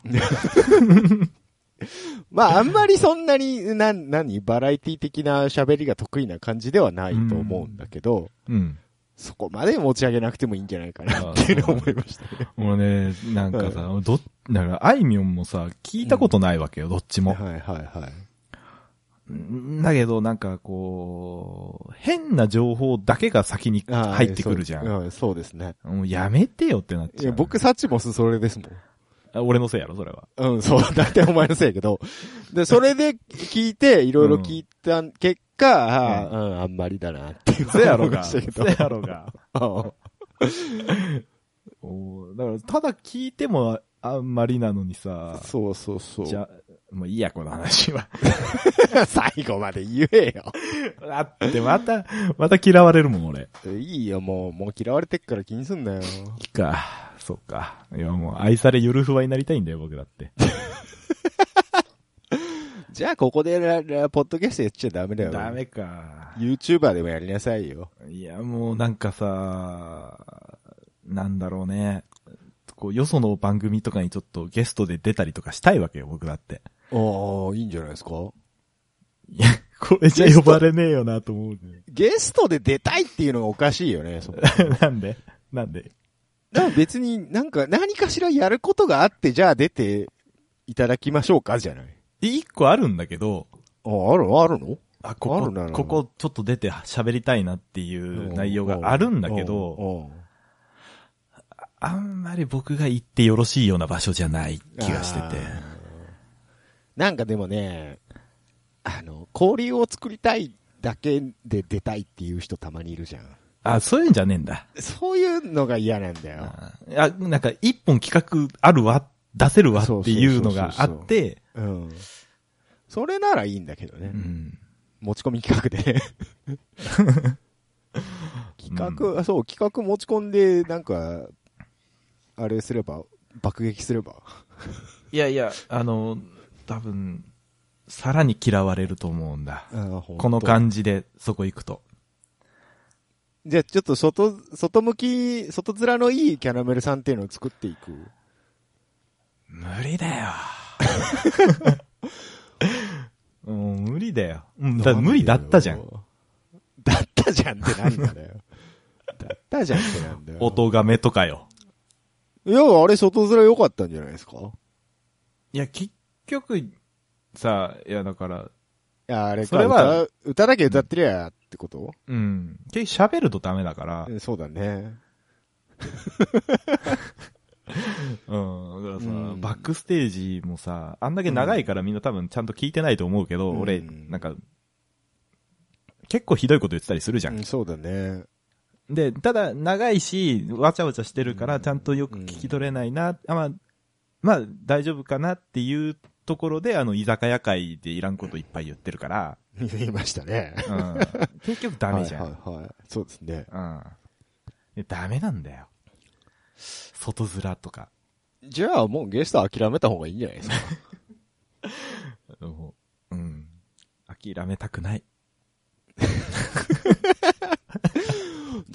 Speaker 2: まあ、あんまりそんなに、な、何バラエティ的な喋りが得意な感じではないと思うんだけど、
Speaker 1: うん。
Speaker 2: そこまで持ち上げなくてもいいんじゃないかなっていうのを思いましたね。
Speaker 1: もうね、なんかさ、ど、だから、あいみょんもさ、聞いたことないわけよ、どっちも。
Speaker 2: はいはいはい。
Speaker 1: んだけど、なんかこう、変な情報だけが先に
Speaker 2: あー
Speaker 1: 入ってくるじゃん。
Speaker 2: そううん、そうですね。
Speaker 1: もうやめてよってなっ
Speaker 2: い
Speaker 1: ちゃ
Speaker 2: や、
Speaker 1: う。
Speaker 2: 僕、サチモスそれですもん。
Speaker 1: あ俺のせいやろ、それ は。
Speaker 2: うん、そう、だいたいお前のせいやけど。で、それで聞いて、いろいろ聞いた結果、あーうん、あんまりだなっていう。
Speaker 1: せやろが。
Speaker 2: 思
Speaker 1: せ
Speaker 2: い ましたけ
Speaker 1: やろが。
Speaker 2: ど。
Speaker 1: おーだから、ただ聞いてもあんまりなのにさ、
Speaker 2: そうそうそう。
Speaker 1: じゃ、もういいや、この話は。
Speaker 2: 最後まで言えよ。
Speaker 1: だって、また、また嫌われるもん、俺。
Speaker 2: いいよ、もう、もう嫌われてっから気にすんなよ。
Speaker 1: か、そうか。いや、もう愛されゆるふわになりたいんだよ、僕だって。
Speaker 2: じゃあ、ここでラ、ラポッドキャストやっちゃダメだ よ。
Speaker 1: ダ。メか。
Speaker 2: YouTuber でもやりなさいよ。
Speaker 1: いや、もうなんかさ、なんだろうね。こう、よその番組とかにちょっとゲストで出たりとかしたいわけよ、僕だって。
Speaker 2: ああ、いいんじゃないですか
Speaker 1: いや、これじゃ呼ばれねえよなと思う、ね。
Speaker 2: ゲストで出たいっていうのがおかしいよね、そ こ
Speaker 1: なんでなんで
Speaker 2: でも別になんか何かしらやることがあって、じゃあ出ていただきましょうか、じゃない。
Speaker 1: 一個あるんだけど、
Speaker 2: あ、ある、あるの
Speaker 1: あ、こ
Speaker 2: あ
Speaker 1: こ
Speaker 2: るなる、な
Speaker 1: ここちょっと出て喋りたいなっていう内容があるんだけど、
Speaker 2: うんうん
Speaker 1: あんまり僕が行ってよろしいような場所じゃない気がしてて。
Speaker 2: あなんかでもね、あの、交流を作りたいだけで出たいっていう人たまにいるじゃん。
Speaker 1: あ そういうんじゃねえんだ。
Speaker 2: そういうのが嫌なんだよ。
Speaker 1: あ、なんか一本企画あるわ、出せるわっていうのがあ
Speaker 2: そうそうそうそう
Speaker 1: って、
Speaker 2: うん。それならいいんだけどね。
Speaker 1: うん。
Speaker 2: 持ち込み企画で ね。企画、あそう、企画持ち込んで、なんか、あれすれば、爆撃すれば。
Speaker 1: いやいや、あの、多分、さらに嫌われると思うんだ。この
Speaker 2: じ。
Speaker 1: 感じでそこ行くと。
Speaker 2: じゃあちょっと外、外向き、外面のいいキャラメルさんっていうのを作っていく。
Speaker 1: 無理だ よ。もう無理だよ。うん、だ無理だったじゃん。。
Speaker 2: だったじゃんってな んだよ。だったじゃんってなんだよ。
Speaker 1: 音がめとかよ。
Speaker 2: いや、あれ外面良かったんじゃないですか
Speaker 1: いや、結局、さ、いや、だから、
Speaker 2: いや、あれか。
Speaker 1: それは
Speaker 2: 歌、歌だけ歌ってりゃってこと、
Speaker 1: うん。結局喋るとダメだから、
Speaker 2: えそうだね。
Speaker 1: うん。だからさ、
Speaker 2: うん
Speaker 1: バックステージもさ、あんだけ長いからみんな多分ちゃんと聞いてないと思うけど、
Speaker 2: うん
Speaker 1: 俺、なんか、結構ひどいこと言ってたりするじゃ。
Speaker 2: うんん、そうだね。
Speaker 1: で、ただ長いし、わちゃわちゃしてるから、ちゃんとよく聞き取れないな、あまあ、まあ、大丈夫かなっていうところで、あの、居酒屋会でいらんこといっぱい言ってるから、
Speaker 2: 言いましたね。
Speaker 1: うん。結局ダメじゃん。
Speaker 2: はいはいはい。そうですね。
Speaker 1: うん。でダメなんだよ。外面とか。
Speaker 2: じゃあもうゲスト諦めた方がいいんじゃないですか。
Speaker 1: もううん。諦めたくない。
Speaker 2: だ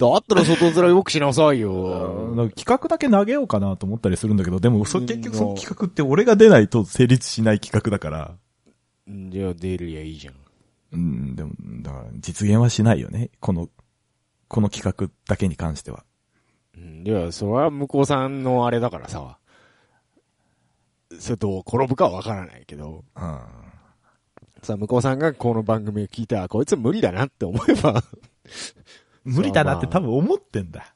Speaker 2: ったら外面よくしなさい
Speaker 1: うん
Speaker 2: よ。
Speaker 1: なんか企画だけ投げようかなと思ったりするんだけど、でもそ
Speaker 2: うん
Speaker 1: 結局その企画って俺が出ないと成立しない企画だから。
Speaker 2: じゃあ出るやいいじゃん。
Speaker 1: うん、でも、だから実現はしないよね。この、この企画だけに関しては。
Speaker 2: うん、では、それは向こうさんのあれだからさ。それどう転ぶかはわからないけど。
Speaker 1: うん。
Speaker 2: さあ、向こうさんがこの番組を聞いて、あ、こいつ無理だなって思えば、
Speaker 1: 無理だなって多分思ってんだ。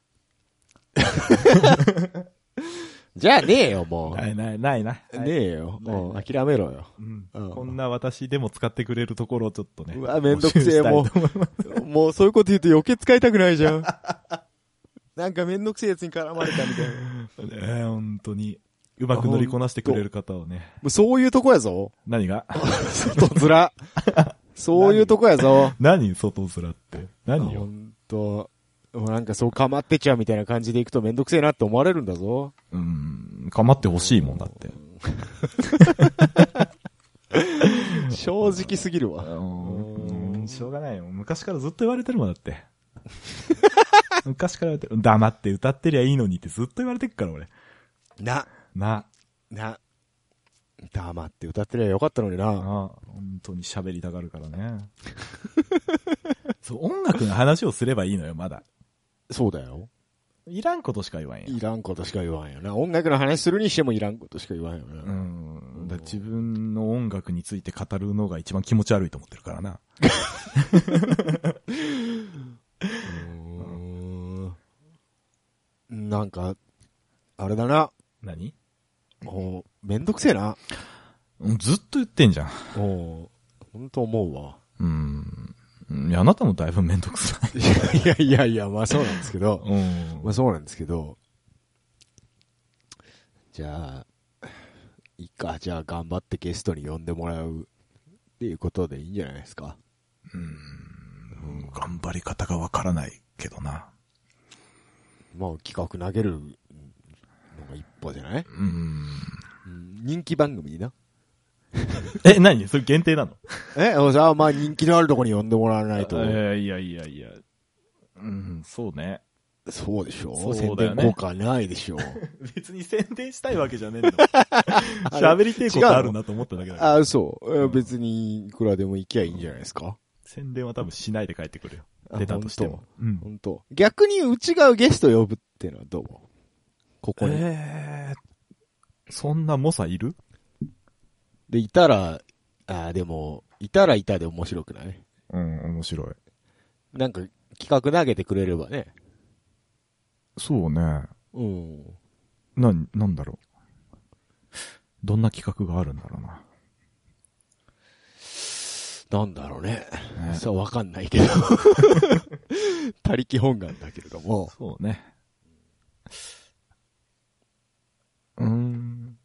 Speaker 2: じ ゃあねえよ、も
Speaker 1: ないないないな。
Speaker 2: う。ねえよ。もう諦めろよ。
Speaker 1: うん
Speaker 2: うん
Speaker 1: こんな私でも使ってくれるところをちょっとね。
Speaker 2: うわめんどくせ
Speaker 1: 募集
Speaker 2: え
Speaker 1: したいと思います
Speaker 2: もうそういうこと言うと余計使いたくないじゃん。なんかめんどくせえやつに絡まれたみたいな。も
Speaker 1: ねえ、本当に。うまく乗りこなしてくれる方をね。
Speaker 2: うそういうとこやぞ。
Speaker 1: 何が
Speaker 2: 外面。そういうとこやぞ。
Speaker 1: 何外面って。何
Speaker 2: ほ
Speaker 1: よ。
Speaker 2: んと。もうなんかそうかまってちゃうみたいな感じでいくとめんどくせえなって思われるんだぞ。
Speaker 1: うん、かまってほしいもんだって。
Speaker 2: 正直すぎる
Speaker 1: う
Speaker 2: わ。
Speaker 1: んうん、しょうがないよ。昔からずっと言われてるもんだ って。昔から言われてる。黙って歌ってりゃいいのにってずっと言われてるから俺。
Speaker 2: な、
Speaker 1: な、
Speaker 2: な。黙って歌ってりゃよかったのに
Speaker 1: あ
Speaker 2: な。
Speaker 1: 本当に喋りたがるから ね。そう、音楽の話をすればいいのよ、まだ。
Speaker 2: そうだよ。
Speaker 1: いらんことしか言わんよ。
Speaker 2: いらんことしか言わんよな。音楽の話するにしてもいらんことしか言わんよな。
Speaker 1: うん。だから自分の音楽について語るのが一番気持ち悪いと思ってるからな。
Speaker 2: うーんなんか、あれだな。
Speaker 1: 何
Speaker 2: もう、めんどくせえな。
Speaker 1: ずっと言ってんじゃん。
Speaker 2: もう、ほんと思うわ。
Speaker 1: うん。いや、あなたもだいぶめんどくさい。
Speaker 2: いやいやいや、まあそうなんですけど。
Speaker 1: うん
Speaker 2: まあそうなんですけど。じゃあ、いっか、じゃあ頑張ってゲストに呼んでもらうっていうことでいいんじゃないですか。
Speaker 1: 頑張り方がわからないけどな。
Speaker 2: まあ企画投げるのが一歩じゃない、
Speaker 1: うん。
Speaker 2: うん人気番組にな。
Speaker 1: え、何それ限定なの
Speaker 2: え、じゃあまあ人気のあるとこに呼んでもらわないと。
Speaker 1: やいやいやいや。うん、そうね。
Speaker 2: そうでしょ
Speaker 1: そう
Speaker 2: 宣
Speaker 1: だよ
Speaker 2: 伝
Speaker 1: ね
Speaker 2: 効果ないでしょ
Speaker 1: 別に宣伝したいわけじゃねえんだ。喋りてえ ことあるなと思っただけだから。
Speaker 2: あ、そう。え別に、いくらでも行きゃいいんじゃないですか
Speaker 1: 宣伝は多分しないで帰ってくるよ。
Speaker 2: あ
Speaker 1: 出たとしても。うん。
Speaker 2: 本当逆にうちがゲスト呼ぶっていうのはどうここに。
Speaker 1: えー、そんな猛者いる
Speaker 2: で、いたら、あでも、いたらいたで面白くない
Speaker 1: うん、面白い。
Speaker 2: なんか、企画投げてくれればね。
Speaker 1: そうね。
Speaker 2: うん。
Speaker 1: な、なんだろう。どんな企画があるんだろうな。
Speaker 2: なんだろうね。
Speaker 1: ね
Speaker 2: そう、わかんないけど。他力本願だけれども。
Speaker 1: そうね。うーん。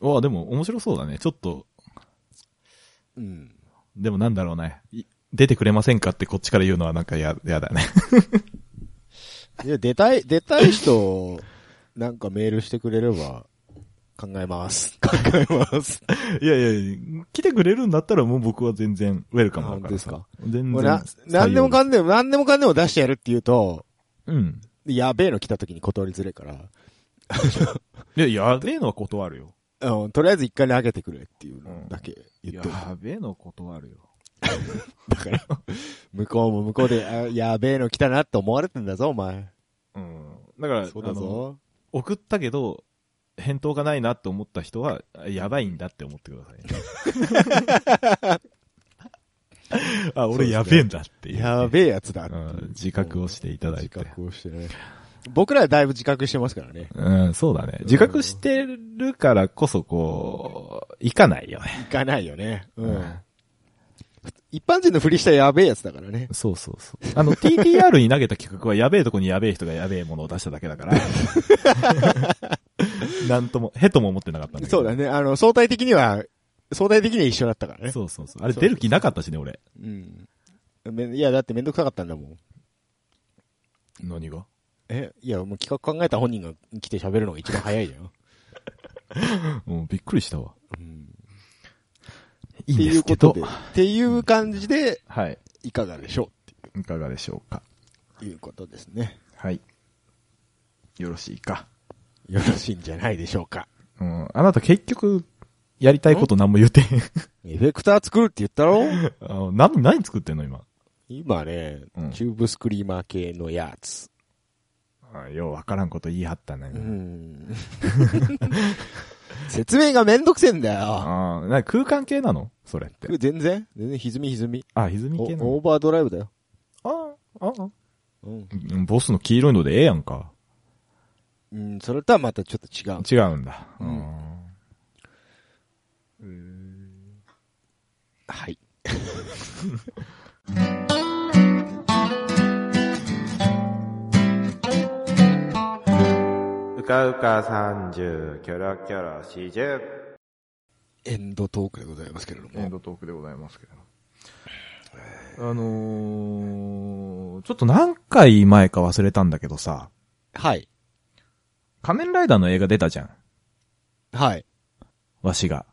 Speaker 1: わあ、でも面白そうだね。ちょっと、
Speaker 2: うん。
Speaker 1: でもなんだろうね。い出てくれませんかってこっちから言うのはなんかや、やだね。
Speaker 2: いや、出たい、出たい人、なんかメールしてくれれば、考えます。考えます。
Speaker 1: いやいや、来てくれるんだったらもう僕は全然ウェルカムだから
Speaker 2: あ
Speaker 1: さ。
Speaker 2: 本
Speaker 1: 全
Speaker 2: 俺な
Speaker 1: 然、。
Speaker 2: なんでも
Speaker 1: ん。
Speaker 2: かんでも、なんでもかんでも出してやるって言うと、
Speaker 1: うん。
Speaker 2: やべえの来た時に断りづれえから、
Speaker 1: いや、やべえのは断るよ。
Speaker 2: うん、とりあえず一回投げてくれっていうのだけ言っとく。
Speaker 1: べえのは断るよ。
Speaker 2: だから、 向こうも向こうで、あやべえの来たなって思われてんだぞ、お前。
Speaker 1: うん。だから、
Speaker 2: そうだ
Speaker 1: あの
Speaker 2: ぞ。
Speaker 1: 送ったけど、返答がないなって思った人は、やばいんだって思ってください、ね。 あ、俺やべえんだっていう、
Speaker 2: やべえやつだって
Speaker 1: う
Speaker 2: い
Speaker 1: ん
Speaker 2: う。
Speaker 1: 自覚をしていただいて
Speaker 2: 自覚をしてね。僕らはだいぶ自覚してますからね。
Speaker 1: うん、そうだね。自覚してるからこそ、こう、いかないよね。
Speaker 2: いかないよね。う
Speaker 1: うん
Speaker 2: ん。一般人のふりしたやべえやつだからね。
Speaker 1: そうそうそう。あの、TTR に投げた企画はやべえとこにやべえ人がやべえものを出しただけだ から。なんとも、へとも思ってなかったんだけど。
Speaker 2: そうだね。あの、相対的には、相対的には一緒だったからね。
Speaker 1: そうそうそう。あれ出る気なかったしね、俺。
Speaker 2: うん。めいや、だってめんどくさかったんだもん。
Speaker 1: 何が
Speaker 2: え、いや、もう企画考えた本人が来て喋るのが一番早いじゃん。
Speaker 1: うん、びっくりしたわ。
Speaker 2: うん
Speaker 1: いいん
Speaker 2: って
Speaker 1: で
Speaker 2: いう
Speaker 1: す
Speaker 2: こ
Speaker 1: け
Speaker 2: と
Speaker 1: ど
Speaker 2: で。。っていう感じで、
Speaker 1: はい。
Speaker 2: いかがでしょ
Speaker 1: いかがでしょうか。
Speaker 2: うということですね。
Speaker 1: はい。よろしいか。
Speaker 2: よろしいんじゃないでしょうか。
Speaker 1: うん。あなた結局、やりたいこと何も言ってへ ん。
Speaker 2: エフェクター作るって言ったろ
Speaker 1: あの何、何作ってんの、今。
Speaker 2: 今ね、
Speaker 1: うん
Speaker 2: キューブスクリーマー系のやつ。
Speaker 1: あようわからんこと言い張ったね。
Speaker 2: うん。説明がめんどくせえんだよ。
Speaker 1: ああ、な空間系なのそれって。
Speaker 2: 全然全然歪み歪み。
Speaker 1: あ、歪み
Speaker 2: お
Speaker 1: 系なの
Speaker 2: オーバードライブだよ。
Speaker 1: ああ、ああ。
Speaker 2: うん。
Speaker 1: うんボスの黄色いのでええやんか。
Speaker 2: うん、それとはまたちょっと違う。
Speaker 1: 違うんだ。
Speaker 2: う
Speaker 1: うんん。
Speaker 2: はい。
Speaker 4: うかうか30、キョロキョロ40。
Speaker 2: エンドトークでございますけれど
Speaker 1: エン
Speaker 2: も。
Speaker 1: ドトークでございますけど。あのー、ちょっと何回前か忘れたんだけどさ、
Speaker 2: はい。
Speaker 1: 仮面ライダーの映画出たじゃん。
Speaker 2: はい。
Speaker 1: わしが。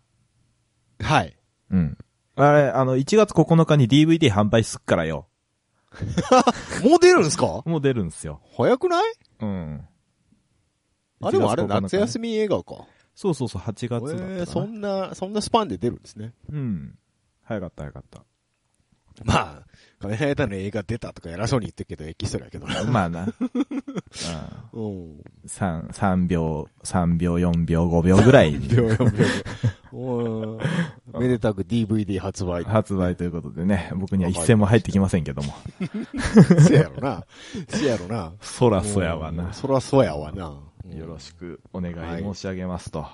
Speaker 2: はい。
Speaker 1: うん。あれ、あの、1月9日に DVD 販売すっからよ。
Speaker 2: もう出るんすか
Speaker 1: もう出るんすよ。
Speaker 2: 早くない
Speaker 1: うん。
Speaker 2: あ、でもあれ
Speaker 1: 1月9日ね
Speaker 2: 夏休み映画か。
Speaker 1: そうそうそう、8月だ
Speaker 2: え
Speaker 1: ったかな、
Speaker 2: ーそんな、そんなスパンで出るんですね。
Speaker 1: うん。早かった早かった。
Speaker 2: まあ、仮面ライダーの映画出たとか偉そうに言ってるけど、エキストラやけどな。
Speaker 1: まあな。
Speaker 2: うん。
Speaker 1: 三、三秒、三秒、四秒、五秒ぐらい
Speaker 2: 秒4秒。うん。めでたく DVD 発売。
Speaker 1: 発売ということでね、僕には一銭も入ってきませんけども。
Speaker 2: せやろな。せやろな。
Speaker 1: そらそやわ
Speaker 2: うん
Speaker 1: な。
Speaker 2: そらそうやわな。うん
Speaker 1: よろしくお願い申し上げますと。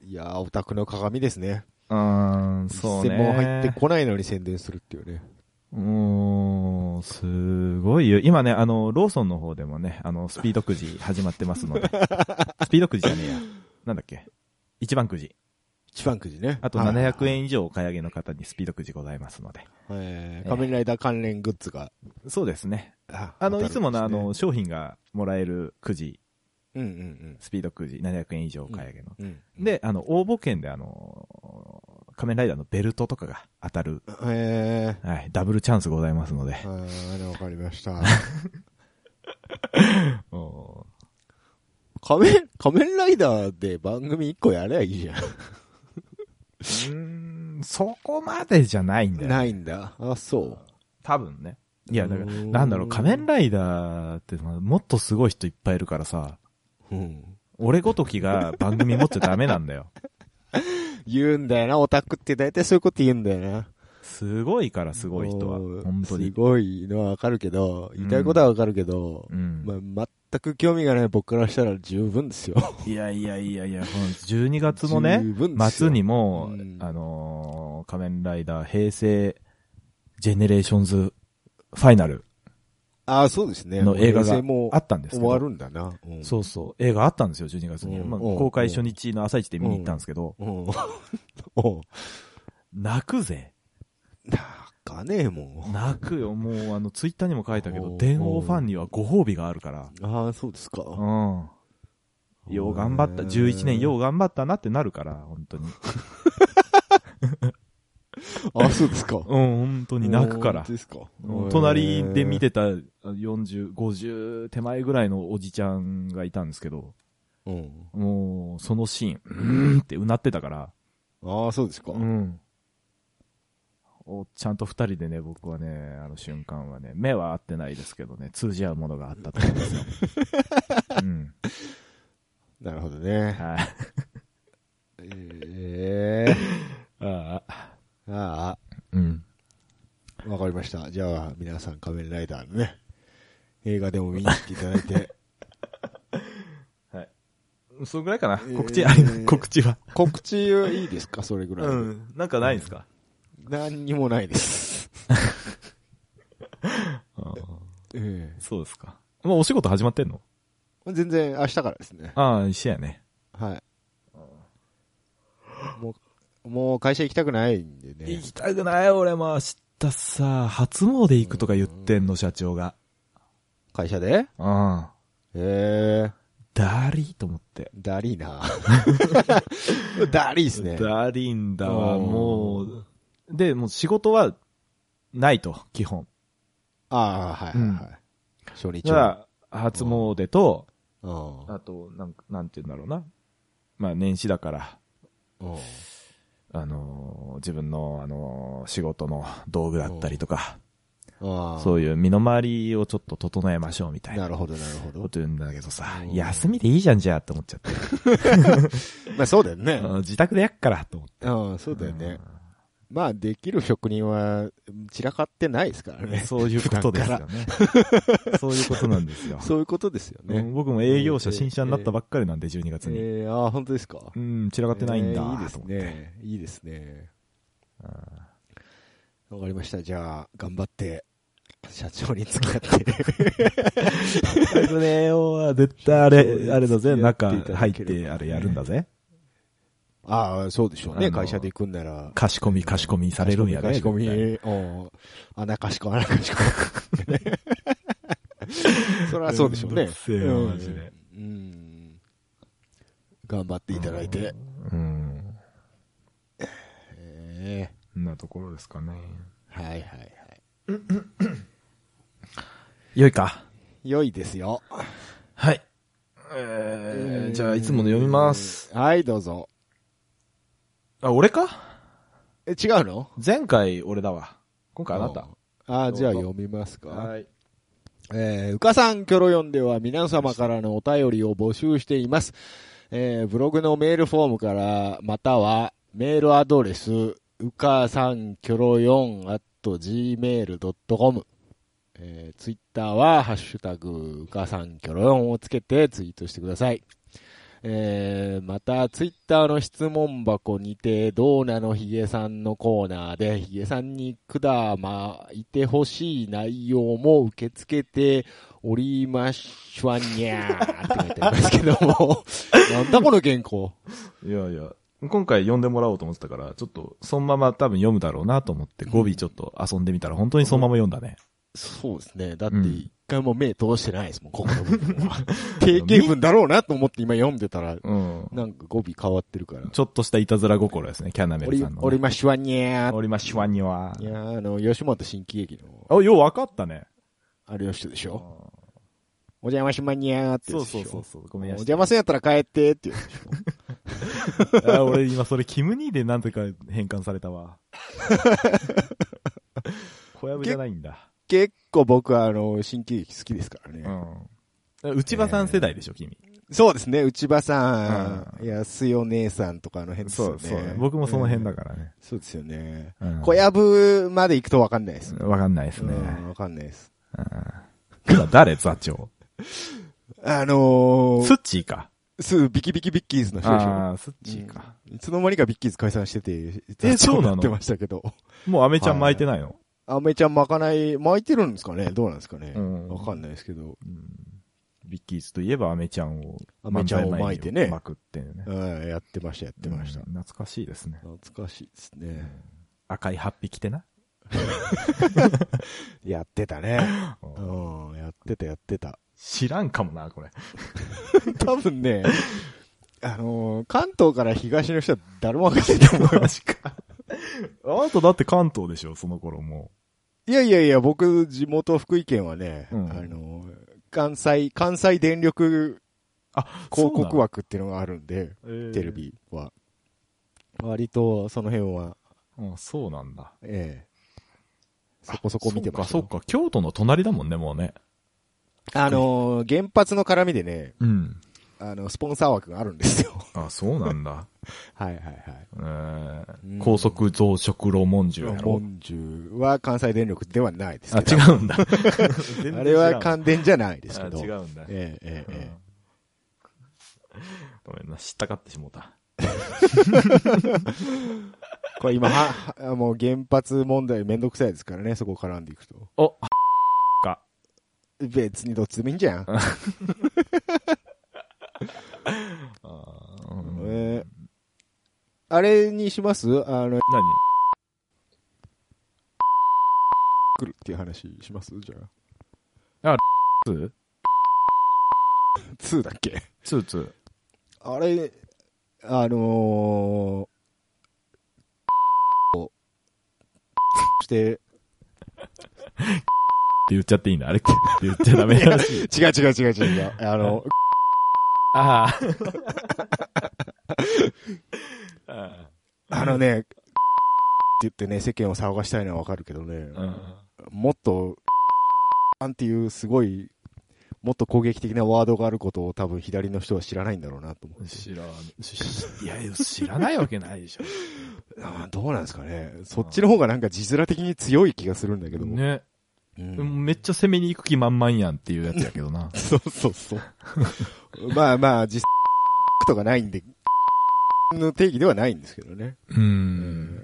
Speaker 2: いやー、オタクの鏡ですね。
Speaker 1: うーん、そうね。
Speaker 2: 一銭も入ってこないのに宣伝するっていうね。
Speaker 1: うーん、すごいよ。今ね、あの、ローソンの方でもね、あの、スピードくじ始まってます ので。スピードくじじゃねえや。なんだっけ。一番くじ。
Speaker 2: 一番くじね。
Speaker 1: あと
Speaker 2: はい
Speaker 1: 700。円以上お買い上げの方にスピードくじございますので。え
Speaker 2: えー
Speaker 1: え
Speaker 2: 仮面ライダー関連グッズが。
Speaker 1: そうですね。
Speaker 2: あ
Speaker 1: あの、いつものあ、
Speaker 2: 当
Speaker 1: の、商品がもらえるくじ、
Speaker 2: たるんですね
Speaker 1: スピードくじ、700円以上お買い上げの。
Speaker 2: うんうんうん。
Speaker 1: で、あの、応募券であの、仮面ライダーのベルトとかが当たる、
Speaker 2: うん。え
Speaker 1: はい、ダブルチャンスございますので
Speaker 2: ー、。あー、わかりました。
Speaker 1: お
Speaker 2: 仮面、仮面ライダーで番組一個やればいいじゃ
Speaker 1: ーうーん、そこまでじゃないんだ
Speaker 2: ん。
Speaker 1: よ。
Speaker 2: ないんだ。あ、そう。
Speaker 1: 多分ね。いや、だから、
Speaker 2: うーん
Speaker 1: なんだろう、仮面ライダーって、まあもっとすごい人いっぱいいるからさ、
Speaker 2: うん。
Speaker 1: 俺ごときが番組持っちゃダメなんだ よ。
Speaker 2: 言うんだよな、オタクって大体そういうこと言うんだよな。
Speaker 1: すごいから、すごい人は。
Speaker 2: うん
Speaker 1: 本当
Speaker 2: す
Speaker 1: に。
Speaker 2: ごいのはわかるけど、言いたいことはわかるけど
Speaker 1: う、ん。
Speaker 2: まあ、全く興味がない僕からしたら十分ですよ。
Speaker 1: いやいやいやいや、ほん12月のね
Speaker 2: 十分で、すよ
Speaker 1: 末にも、
Speaker 2: うん
Speaker 1: あのー仮面ライダー平成ジェネレーションズファイナル
Speaker 2: ああ、そうですね。
Speaker 1: の映画
Speaker 2: もう平
Speaker 1: が
Speaker 2: 成も
Speaker 1: あったんですけ
Speaker 2: 終
Speaker 1: ど、
Speaker 2: わるんだな。うん
Speaker 1: そうそう、映画あったんですよ、12月に。
Speaker 2: うん
Speaker 1: まあ、
Speaker 2: うん
Speaker 1: 公開初日の朝一で見に行ったんですけど、
Speaker 2: うん。 おう
Speaker 1: 泣くぜ。
Speaker 2: なんかねえもん。
Speaker 1: 泣くよ、もうあの、ツイッターにも書いたけ
Speaker 2: お
Speaker 1: ど、
Speaker 2: う
Speaker 1: 電王ファンにはご褒美があるから、
Speaker 2: ああ、そうですか。
Speaker 1: うん。よう頑張った、11年よう頑張ったなってなるから、本当に。
Speaker 2: ああ、そうですか。
Speaker 1: うん、本当に泣くから
Speaker 2: 本当。ですか。
Speaker 1: 隣で見てた40、50手前ぐらいのおじちゃんがいたんですけど、
Speaker 2: うん。
Speaker 1: もう、そのシーン、うーんってうなってたから、
Speaker 2: ああ、そうですか。
Speaker 1: うん。おちゃんと二人でね、僕はね、あの瞬間はね、目は合ってないですけどね、通じ合うものがあったと思いますよ。うん。
Speaker 2: なるほどね。
Speaker 1: はい。
Speaker 2: ええ
Speaker 1: ああ。
Speaker 2: あ
Speaker 1: うん。
Speaker 2: あ、わかりました。じゃあ、皆さん仮面ライダーのね、映画でも見に来ていただ いて、
Speaker 1: それぐらいかな。
Speaker 2: えー
Speaker 1: 告知、あれ告知は。
Speaker 2: 告知はいいですかそれぐらい。
Speaker 1: うん。なんかないんですか
Speaker 2: 何にもないです。
Speaker 1: ああ
Speaker 2: え
Speaker 1: そうですか。もうお仕事始まってんの
Speaker 2: え全然明日からですね。
Speaker 1: ああ、一緒やね。
Speaker 2: はい。もう、もう会社行きたくないんでね。
Speaker 1: 行きたくない俺も明日さ、初詣行くとか言ってんの、社長が。
Speaker 2: 会社で
Speaker 1: うん。
Speaker 2: ええ
Speaker 1: ダリーと思って。
Speaker 2: ダリー な。ダリーっすね。
Speaker 1: ダリーんだわ、
Speaker 2: うん
Speaker 1: もう。で、もう仕事は、ないと、基本。
Speaker 2: ああ、はいはいはい。初日
Speaker 1: た
Speaker 2: は。
Speaker 1: だ、初詣と、
Speaker 2: うん
Speaker 1: あと、なんか、なんて言うんだろうな。まあ、年始だから、
Speaker 2: うん
Speaker 1: あのー自分の、あのー仕事の道具だったりとか、
Speaker 2: ああ
Speaker 1: そういう身の回りをちょっと整えましょうみたい
Speaker 2: な
Speaker 1: な
Speaker 2: るほど、なるほ
Speaker 1: こ
Speaker 2: ど。
Speaker 1: と言うんだけどさ
Speaker 2: う、ん
Speaker 1: 休みでいいじゃんじゃあって思っ ちゃって。
Speaker 2: まあそうだよね
Speaker 1: あ。の自宅でやっからと思って。
Speaker 2: うん、そうだよね。まあ、できる職人は、散らかってないですからね。
Speaker 1: そういうことですよ
Speaker 2: 普段か
Speaker 1: ね。 そういうことなんですよ
Speaker 2: ら。。そういうことですよ
Speaker 1: う
Speaker 2: ね
Speaker 1: ん。僕も営業者新車になったばっかりなんで、12月に。
Speaker 2: ええ、ああ、本当ですか。上
Speaker 1: うん、散らかってないんだ、
Speaker 2: いいです
Speaker 1: と思って。
Speaker 2: ね。いいですね。わかりました。じゃあ、頑張って、社長に付き合って。
Speaker 1: これは絶対あれ、あれだぜ、
Speaker 2: やって
Speaker 1: 中
Speaker 2: いただければ
Speaker 1: 入ってあれやるんだぜ。
Speaker 2: ああ、そうでしょう
Speaker 1: あ
Speaker 2: ね。
Speaker 1: の
Speaker 2: 会社で行くんなら。
Speaker 1: 貸し込み、貸し込みされるんやね。
Speaker 2: 貸し込み、
Speaker 1: 絶対
Speaker 2: 貸し込みうん穴貸し込み、穴貸し込み。そりゃそうでしょう
Speaker 1: め
Speaker 2: ね
Speaker 1: んどく。せえなマジで
Speaker 2: うんうん頑張っていただいて。
Speaker 1: うん。
Speaker 2: ええ
Speaker 1: そんなところですかね。
Speaker 2: はいはいはい。
Speaker 1: よいか。
Speaker 2: 良いですよ。
Speaker 1: はい。えー、じゃあ、いつもの読みます。
Speaker 2: はい、どうぞ。
Speaker 1: あ、俺か
Speaker 2: え、違うの
Speaker 1: 前回俺だわ。今回あなた。
Speaker 2: うんあー
Speaker 1: どうぞ
Speaker 2: じゃあ読みますか。
Speaker 1: い。
Speaker 2: えー、うかさんキョロヨンでは皆様からのお便りを募集しています。えー、ブログのメールフォームから、またはメールアドレス、うかさんキョロヨン at gmail.com。えー、ツイッターは、ハッシュタグ、うかさんキョロヨンをつけてツイートしてください。えーまた、ツイッターの質問箱にて、ドーナのヒゲさんのコーナーで、ヒゲさんに管巻いてほしい内容も受け付けておりましゅわにゃーって書いてありますけども、なんだこの原稿。
Speaker 1: いやいや、今回読んでもらおうと思ってたから、ちょっと、そのまま多分読むだろうなと思って、語尾ちょっと遊んでみたら、本当にそのまま読んだね。
Speaker 2: そうですね。だって、
Speaker 1: うん
Speaker 2: 一回も目通してないですもん、ここの部分は。定型文だろうなと思って今読んでたら、
Speaker 1: うん。
Speaker 2: なんか語尾変わってるから。
Speaker 1: ちょっとしたいたずら心ですね、キャナメ
Speaker 2: お
Speaker 1: ル
Speaker 2: り
Speaker 1: さんの、
Speaker 2: おりましゅわにゃー
Speaker 1: おりましわには。
Speaker 2: いやーあの、吉本新喜劇の、
Speaker 1: あ、よう分かったね。
Speaker 2: あれの人でしょお邪魔しまにゃーって
Speaker 1: そ
Speaker 2: や
Speaker 1: う
Speaker 2: つでし
Speaker 1: そ
Speaker 2: ょ
Speaker 1: うそうそう。ご
Speaker 2: お
Speaker 1: めんなさ
Speaker 2: 邪魔せんやったら帰ってっていうやつでしょ。
Speaker 1: い。あ俺今それキムニーでなんとか変換された わ。小籔じゃないんだ。
Speaker 2: 結構僕はあの、新喜劇好きですからね。
Speaker 1: うん。内場さん世代でしょ、君。
Speaker 2: そうですね、内場さん、安代姉さんとかあの辺ですよね。
Speaker 1: 僕もその辺だ
Speaker 2: うん
Speaker 1: からね。
Speaker 2: そうですよね。
Speaker 1: うん
Speaker 2: 小籔まで行くとわかんないです。
Speaker 1: わかんないですね。
Speaker 2: うんわかんないです。
Speaker 1: 今誰座長
Speaker 2: あの
Speaker 1: ス
Speaker 2: ー
Speaker 1: ッ、チーか。
Speaker 2: す、ビキビキビッキーズの人でしょ。
Speaker 1: あー、スッチーか。
Speaker 2: いつの間にかビッキーズ解散してて、
Speaker 1: えそうなの
Speaker 2: やってましたけど。
Speaker 1: もうアメちゃん巻いてないの、
Speaker 2: アメちゃん巻かない、巻いてるんですかねどうなんですかね
Speaker 1: うん
Speaker 2: わかんないですけど。
Speaker 1: ビッキーズといえばアメちゃんを。
Speaker 2: アメちゃんを巻いてね
Speaker 1: 巻くっていうね。
Speaker 2: うん、やってました、やってました
Speaker 1: うん。懐かしいですね。
Speaker 2: 懐かしいですね。
Speaker 1: 赤い8匹着てな。
Speaker 2: やってたね。 うん、やってた、やってた。
Speaker 1: 知らんかもな、これ。
Speaker 2: 多分ね、あのー関東から東の人は誰もわかんない と思う。
Speaker 1: マジか。あなただって関東でしょ、その頃も
Speaker 2: いやいやいや、僕、地元福井県はね、
Speaker 1: うん
Speaker 2: あのー関西、関西電力
Speaker 1: う。
Speaker 2: 広告枠っていうのがあるんで、
Speaker 1: そうなん、
Speaker 2: テレビは。割と、その辺は、
Speaker 1: えー。うん、そうなんだ。
Speaker 2: ええそこそこ見てました
Speaker 1: そ
Speaker 2: よ
Speaker 1: うか、そうか。京都の隣だもんね、もうね。
Speaker 2: あのー原発の絡みでね、
Speaker 1: うん。
Speaker 2: あの、スポンサー枠があるんですよ。
Speaker 1: あ、そうなんだ。
Speaker 2: はいはいはい。
Speaker 1: え
Speaker 2: うん
Speaker 1: ー、高速増殖炉文獣や
Speaker 2: モ
Speaker 1: ろ。
Speaker 2: ンジュは関西電力ではないです
Speaker 1: あ、
Speaker 2: け
Speaker 1: 違
Speaker 2: ど。
Speaker 1: うんだ。全然違う
Speaker 2: あれは関電じゃないです
Speaker 1: あ
Speaker 2: けど。
Speaker 1: 違うんだ。
Speaker 2: ええええええ
Speaker 1: ごめんな、知ったかってしもうた。
Speaker 2: これ今は、はもう原発問題めんどくさいですからね、そこ絡んでいくと。
Speaker 1: お、か。
Speaker 2: 別にどっちでもいいんじゃん。
Speaker 1: あーうん
Speaker 2: えーあれにしますあの、
Speaker 1: 何
Speaker 2: 来るっていう話しますじゃあ。
Speaker 1: ツー
Speaker 2: 2だっけ
Speaker 1: ツーツー。
Speaker 2: あれ、あの ー、して、
Speaker 1: って言っちゃっていいんだ。あれって言っちゃダメだし。
Speaker 2: 違う違う違う違う。あの、
Speaker 1: ああ。
Speaker 2: あのね、って言ってね、世間を騒がしたいのはわかるけどね、
Speaker 1: うん。
Speaker 2: もっと、っていうすごい、もっと攻撃的なワードがあることを多分左の人は知らないんだろうなと思って。
Speaker 1: 知らん。いや、知らないわけないでしょ。
Speaker 2: あーどうなんですかね。そっちの方がなんか字面的に強い気がするんだけども。
Speaker 1: ね。
Speaker 2: うん
Speaker 1: めっちゃ攻めに行く気満々やんっていうやつやけどな。
Speaker 2: そうそうそう。まあまあ、実際、とかないんで、の定義ではないんですけどね。
Speaker 1: うん。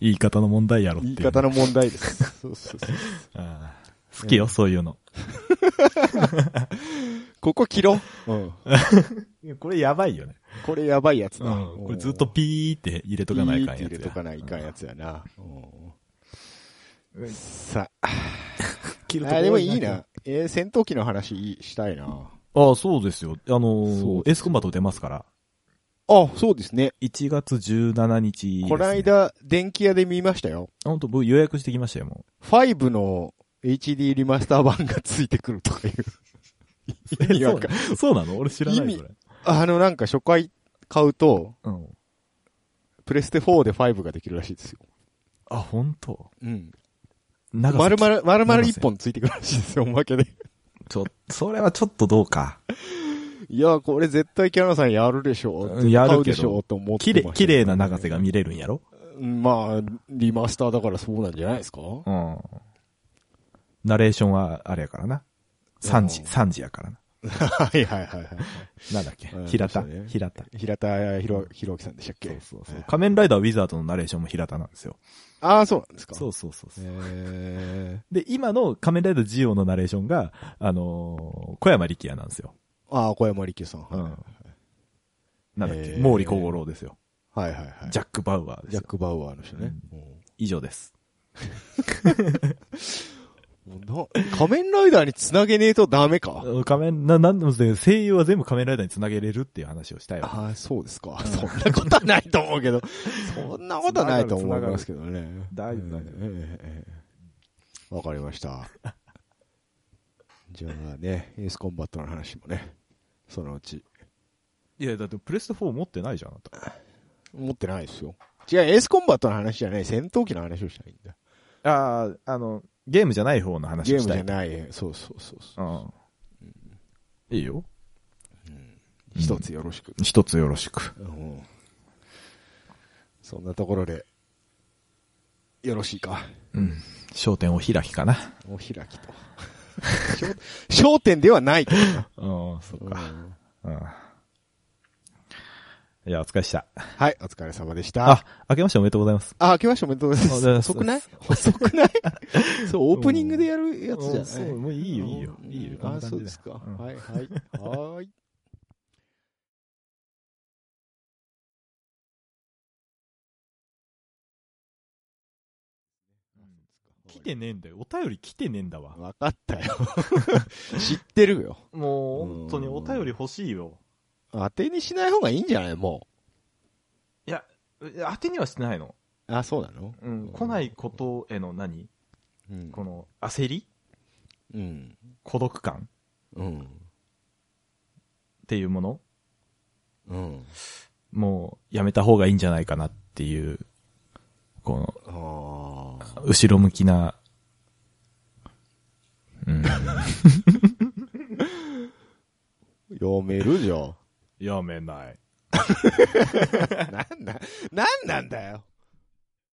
Speaker 1: 言い方の問題やろってい
Speaker 2: 言
Speaker 1: う。
Speaker 2: い方の問題です。そうそうそう。
Speaker 1: ああ。好きよ、そういうの。
Speaker 2: ここ切ろう。うん。
Speaker 1: これやばいよね。
Speaker 2: これやばいやつだ。
Speaker 1: うん。これずっとピーって入れとかないかんやつや。
Speaker 2: ピーって入れとかないかんやつやな。うんさあ、
Speaker 1: 切るとこ
Speaker 2: あでもいいな。。えー戦闘機の話いいしたいな。
Speaker 1: ああ、そうですよ。あの
Speaker 2: そう
Speaker 1: ー、エースコンバット出ますから。
Speaker 2: あ、そうですね。
Speaker 1: 1月17日ですね。
Speaker 2: こないだ、電気屋で見ましたよ。
Speaker 1: 本当僕予約してきましたよ、も
Speaker 2: 5の HD リマスター版がついてくるとかいう
Speaker 1: う。
Speaker 2: 意味わかん。
Speaker 1: そうそうなの俺知らない、
Speaker 2: 意味
Speaker 1: それ。
Speaker 2: あのなんか初回買うと、
Speaker 1: うん。
Speaker 2: プレステ4で5ができるらしいですよ。
Speaker 1: あ、本当。
Speaker 2: うん。
Speaker 1: 長
Speaker 2: 丸
Speaker 1: 崎
Speaker 2: 々、丸々
Speaker 1: 長
Speaker 2: 一
Speaker 1: 崎
Speaker 2: 本ついてくるらしいですよ、おまけで。
Speaker 1: ちょ、それはちょっとどうか。
Speaker 2: いや、これ絶対キャナさんやるでしょう。
Speaker 1: うんやるけど
Speaker 2: 買うでしょうと思って
Speaker 1: 綺
Speaker 2: まし
Speaker 1: 麗、
Speaker 2: たよ
Speaker 1: 綺麗な長瀬が見れるんやろ
Speaker 2: まあ、リマスターだからそうなんじゃないです か
Speaker 1: うん。ナレーションはあれやからな。3時、
Speaker 2: うん
Speaker 1: 3時やからな。
Speaker 2: はいはいはいはい。
Speaker 1: なんだっけ
Speaker 2: うん
Speaker 1: 平田
Speaker 2: そうですよね。
Speaker 1: 平田。
Speaker 2: 平田ひろ、ひろきさんでしたっけ
Speaker 1: そうそうそう。仮面ライダーウィザードのナレーションも平田なんですよ。
Speaker 2: ああ、そうなんですか。
Speaker 1: そううそうそうそう。
Speaker 2: え
Speaker 1: で、今の仮面ライダージオのナレーションが、あのー小山力也なんですよ。
Speaker 2: ー、ああ、小山力さん。
Speaker 1: う
Speaker 2: はい
Speaker 1: ん。なんだっけ、
Speaker 2: えー
Speaker 1: 毛利小五郎ですよ。
Speaker 2: はいはい。
Speaker 1: ジャック・バウアーです
Speaker 2: ジャ
Speaker 1: よ
Speaker 2: ッ。ク・バウアーの人ね。
Speaker 1: 以上です。
Speaker 2: もうな仮面ライダーにつなげねえとダメか。
Speaker 1: 仮面、な、なんでもですね声優は全部仮面ライダーに繋げれるっていう話をしたよ。
Speaker 2: ああ、そうですか。そんなことはないと思うけど。そんなことはないと思いますけどね。
Speaker 1: 大丈夫大丈夫
Speaker 2: ええええええわかりました。じゃあね、エースコンバットの話もね、そのうち。
Speaker 1: いや、だってプレステ4持ってないじゃん、あな
Speaker 2: 持ってないですよ。違う、エースコンバットの話じゃない、戦闘機の話をしたいんだ。
Speaker 1: た。ああ、あの、ゲームじゃない方の話
Speaker 2: ゲ
Speaker 1: をし
Speaker 2: ームじ
Speaker 1: たい。
Speaker 2: ゃない、そうそうそうそう。
Speaker 1: うん。いいよ。うん
Speaker 2: 一つよろしく。
Speaker 1: 一つよろしく。
Speaker 2: うんそんなところで、よろしいか。
Speaker 1: うん。焦点お開きかな。
Speaker 2: お開 きと。焦点ではないけどな。
Speaker 1: うん、そっ
Speaker 2: う。ん
Speaker 1: うん。いや、お疲れっした。
Speaker 2: はい、お疲れ様でした。
Speaker 1: あ、明けましておめでとうございます。
Speaker 2: あ、明けましておめでとうございま。
Speaker 1: おめですとう
Speaker 2: 遅
Speaker 1: ご
Speaker 2: く
Speaker 1: ざい
Speaker 2: な
Speaker 1: ま
Speaker 2: い遅くないそう、オープニングでやるやつじゃない
Speaker 1: そう、もういいよ、いいよ。
Speaker 2: うん
Speaker 1: いいよ。こん
Speaker 2: あ、
Speaker 1: な感じ
Speaker 2: そうですか。
Speaker 1: うん
Speaker 2: はい、はい。はーい。
Speaker 1: 来てねえんだよ。お便り来てねえんだわ。
Speaker 2: わかったよ。 知ってるよ。
Speaker 1: も
Speaker 2: う本当にお便り
Speaker 1: 欲しいよ。
Speaker 2: 当てにしない方がいいんじゃないも
Speaker 1: 当てにはしてないの。
Speaker 2: う。あ、そうなの
Speaker 1: うん。来ないことへの何
Speaker 2: うん。
Speaker 1: この焦り
Speaker 2: うん。
Speaker 1: 孤独感
Speaker 2: うん。
Speaker 1: っていうもの
Speaker 2: うん。
Speaker 1: もうやめた方がいいんじゃないかなっていう、この、
Speaker 2: ああ。
Speaker 1: 後ろ向きな、うん。
Speaker 2: 読めるじゃん。
Speaker 1: 読めない。
Speaker 2: なんだ、なんなんだよ。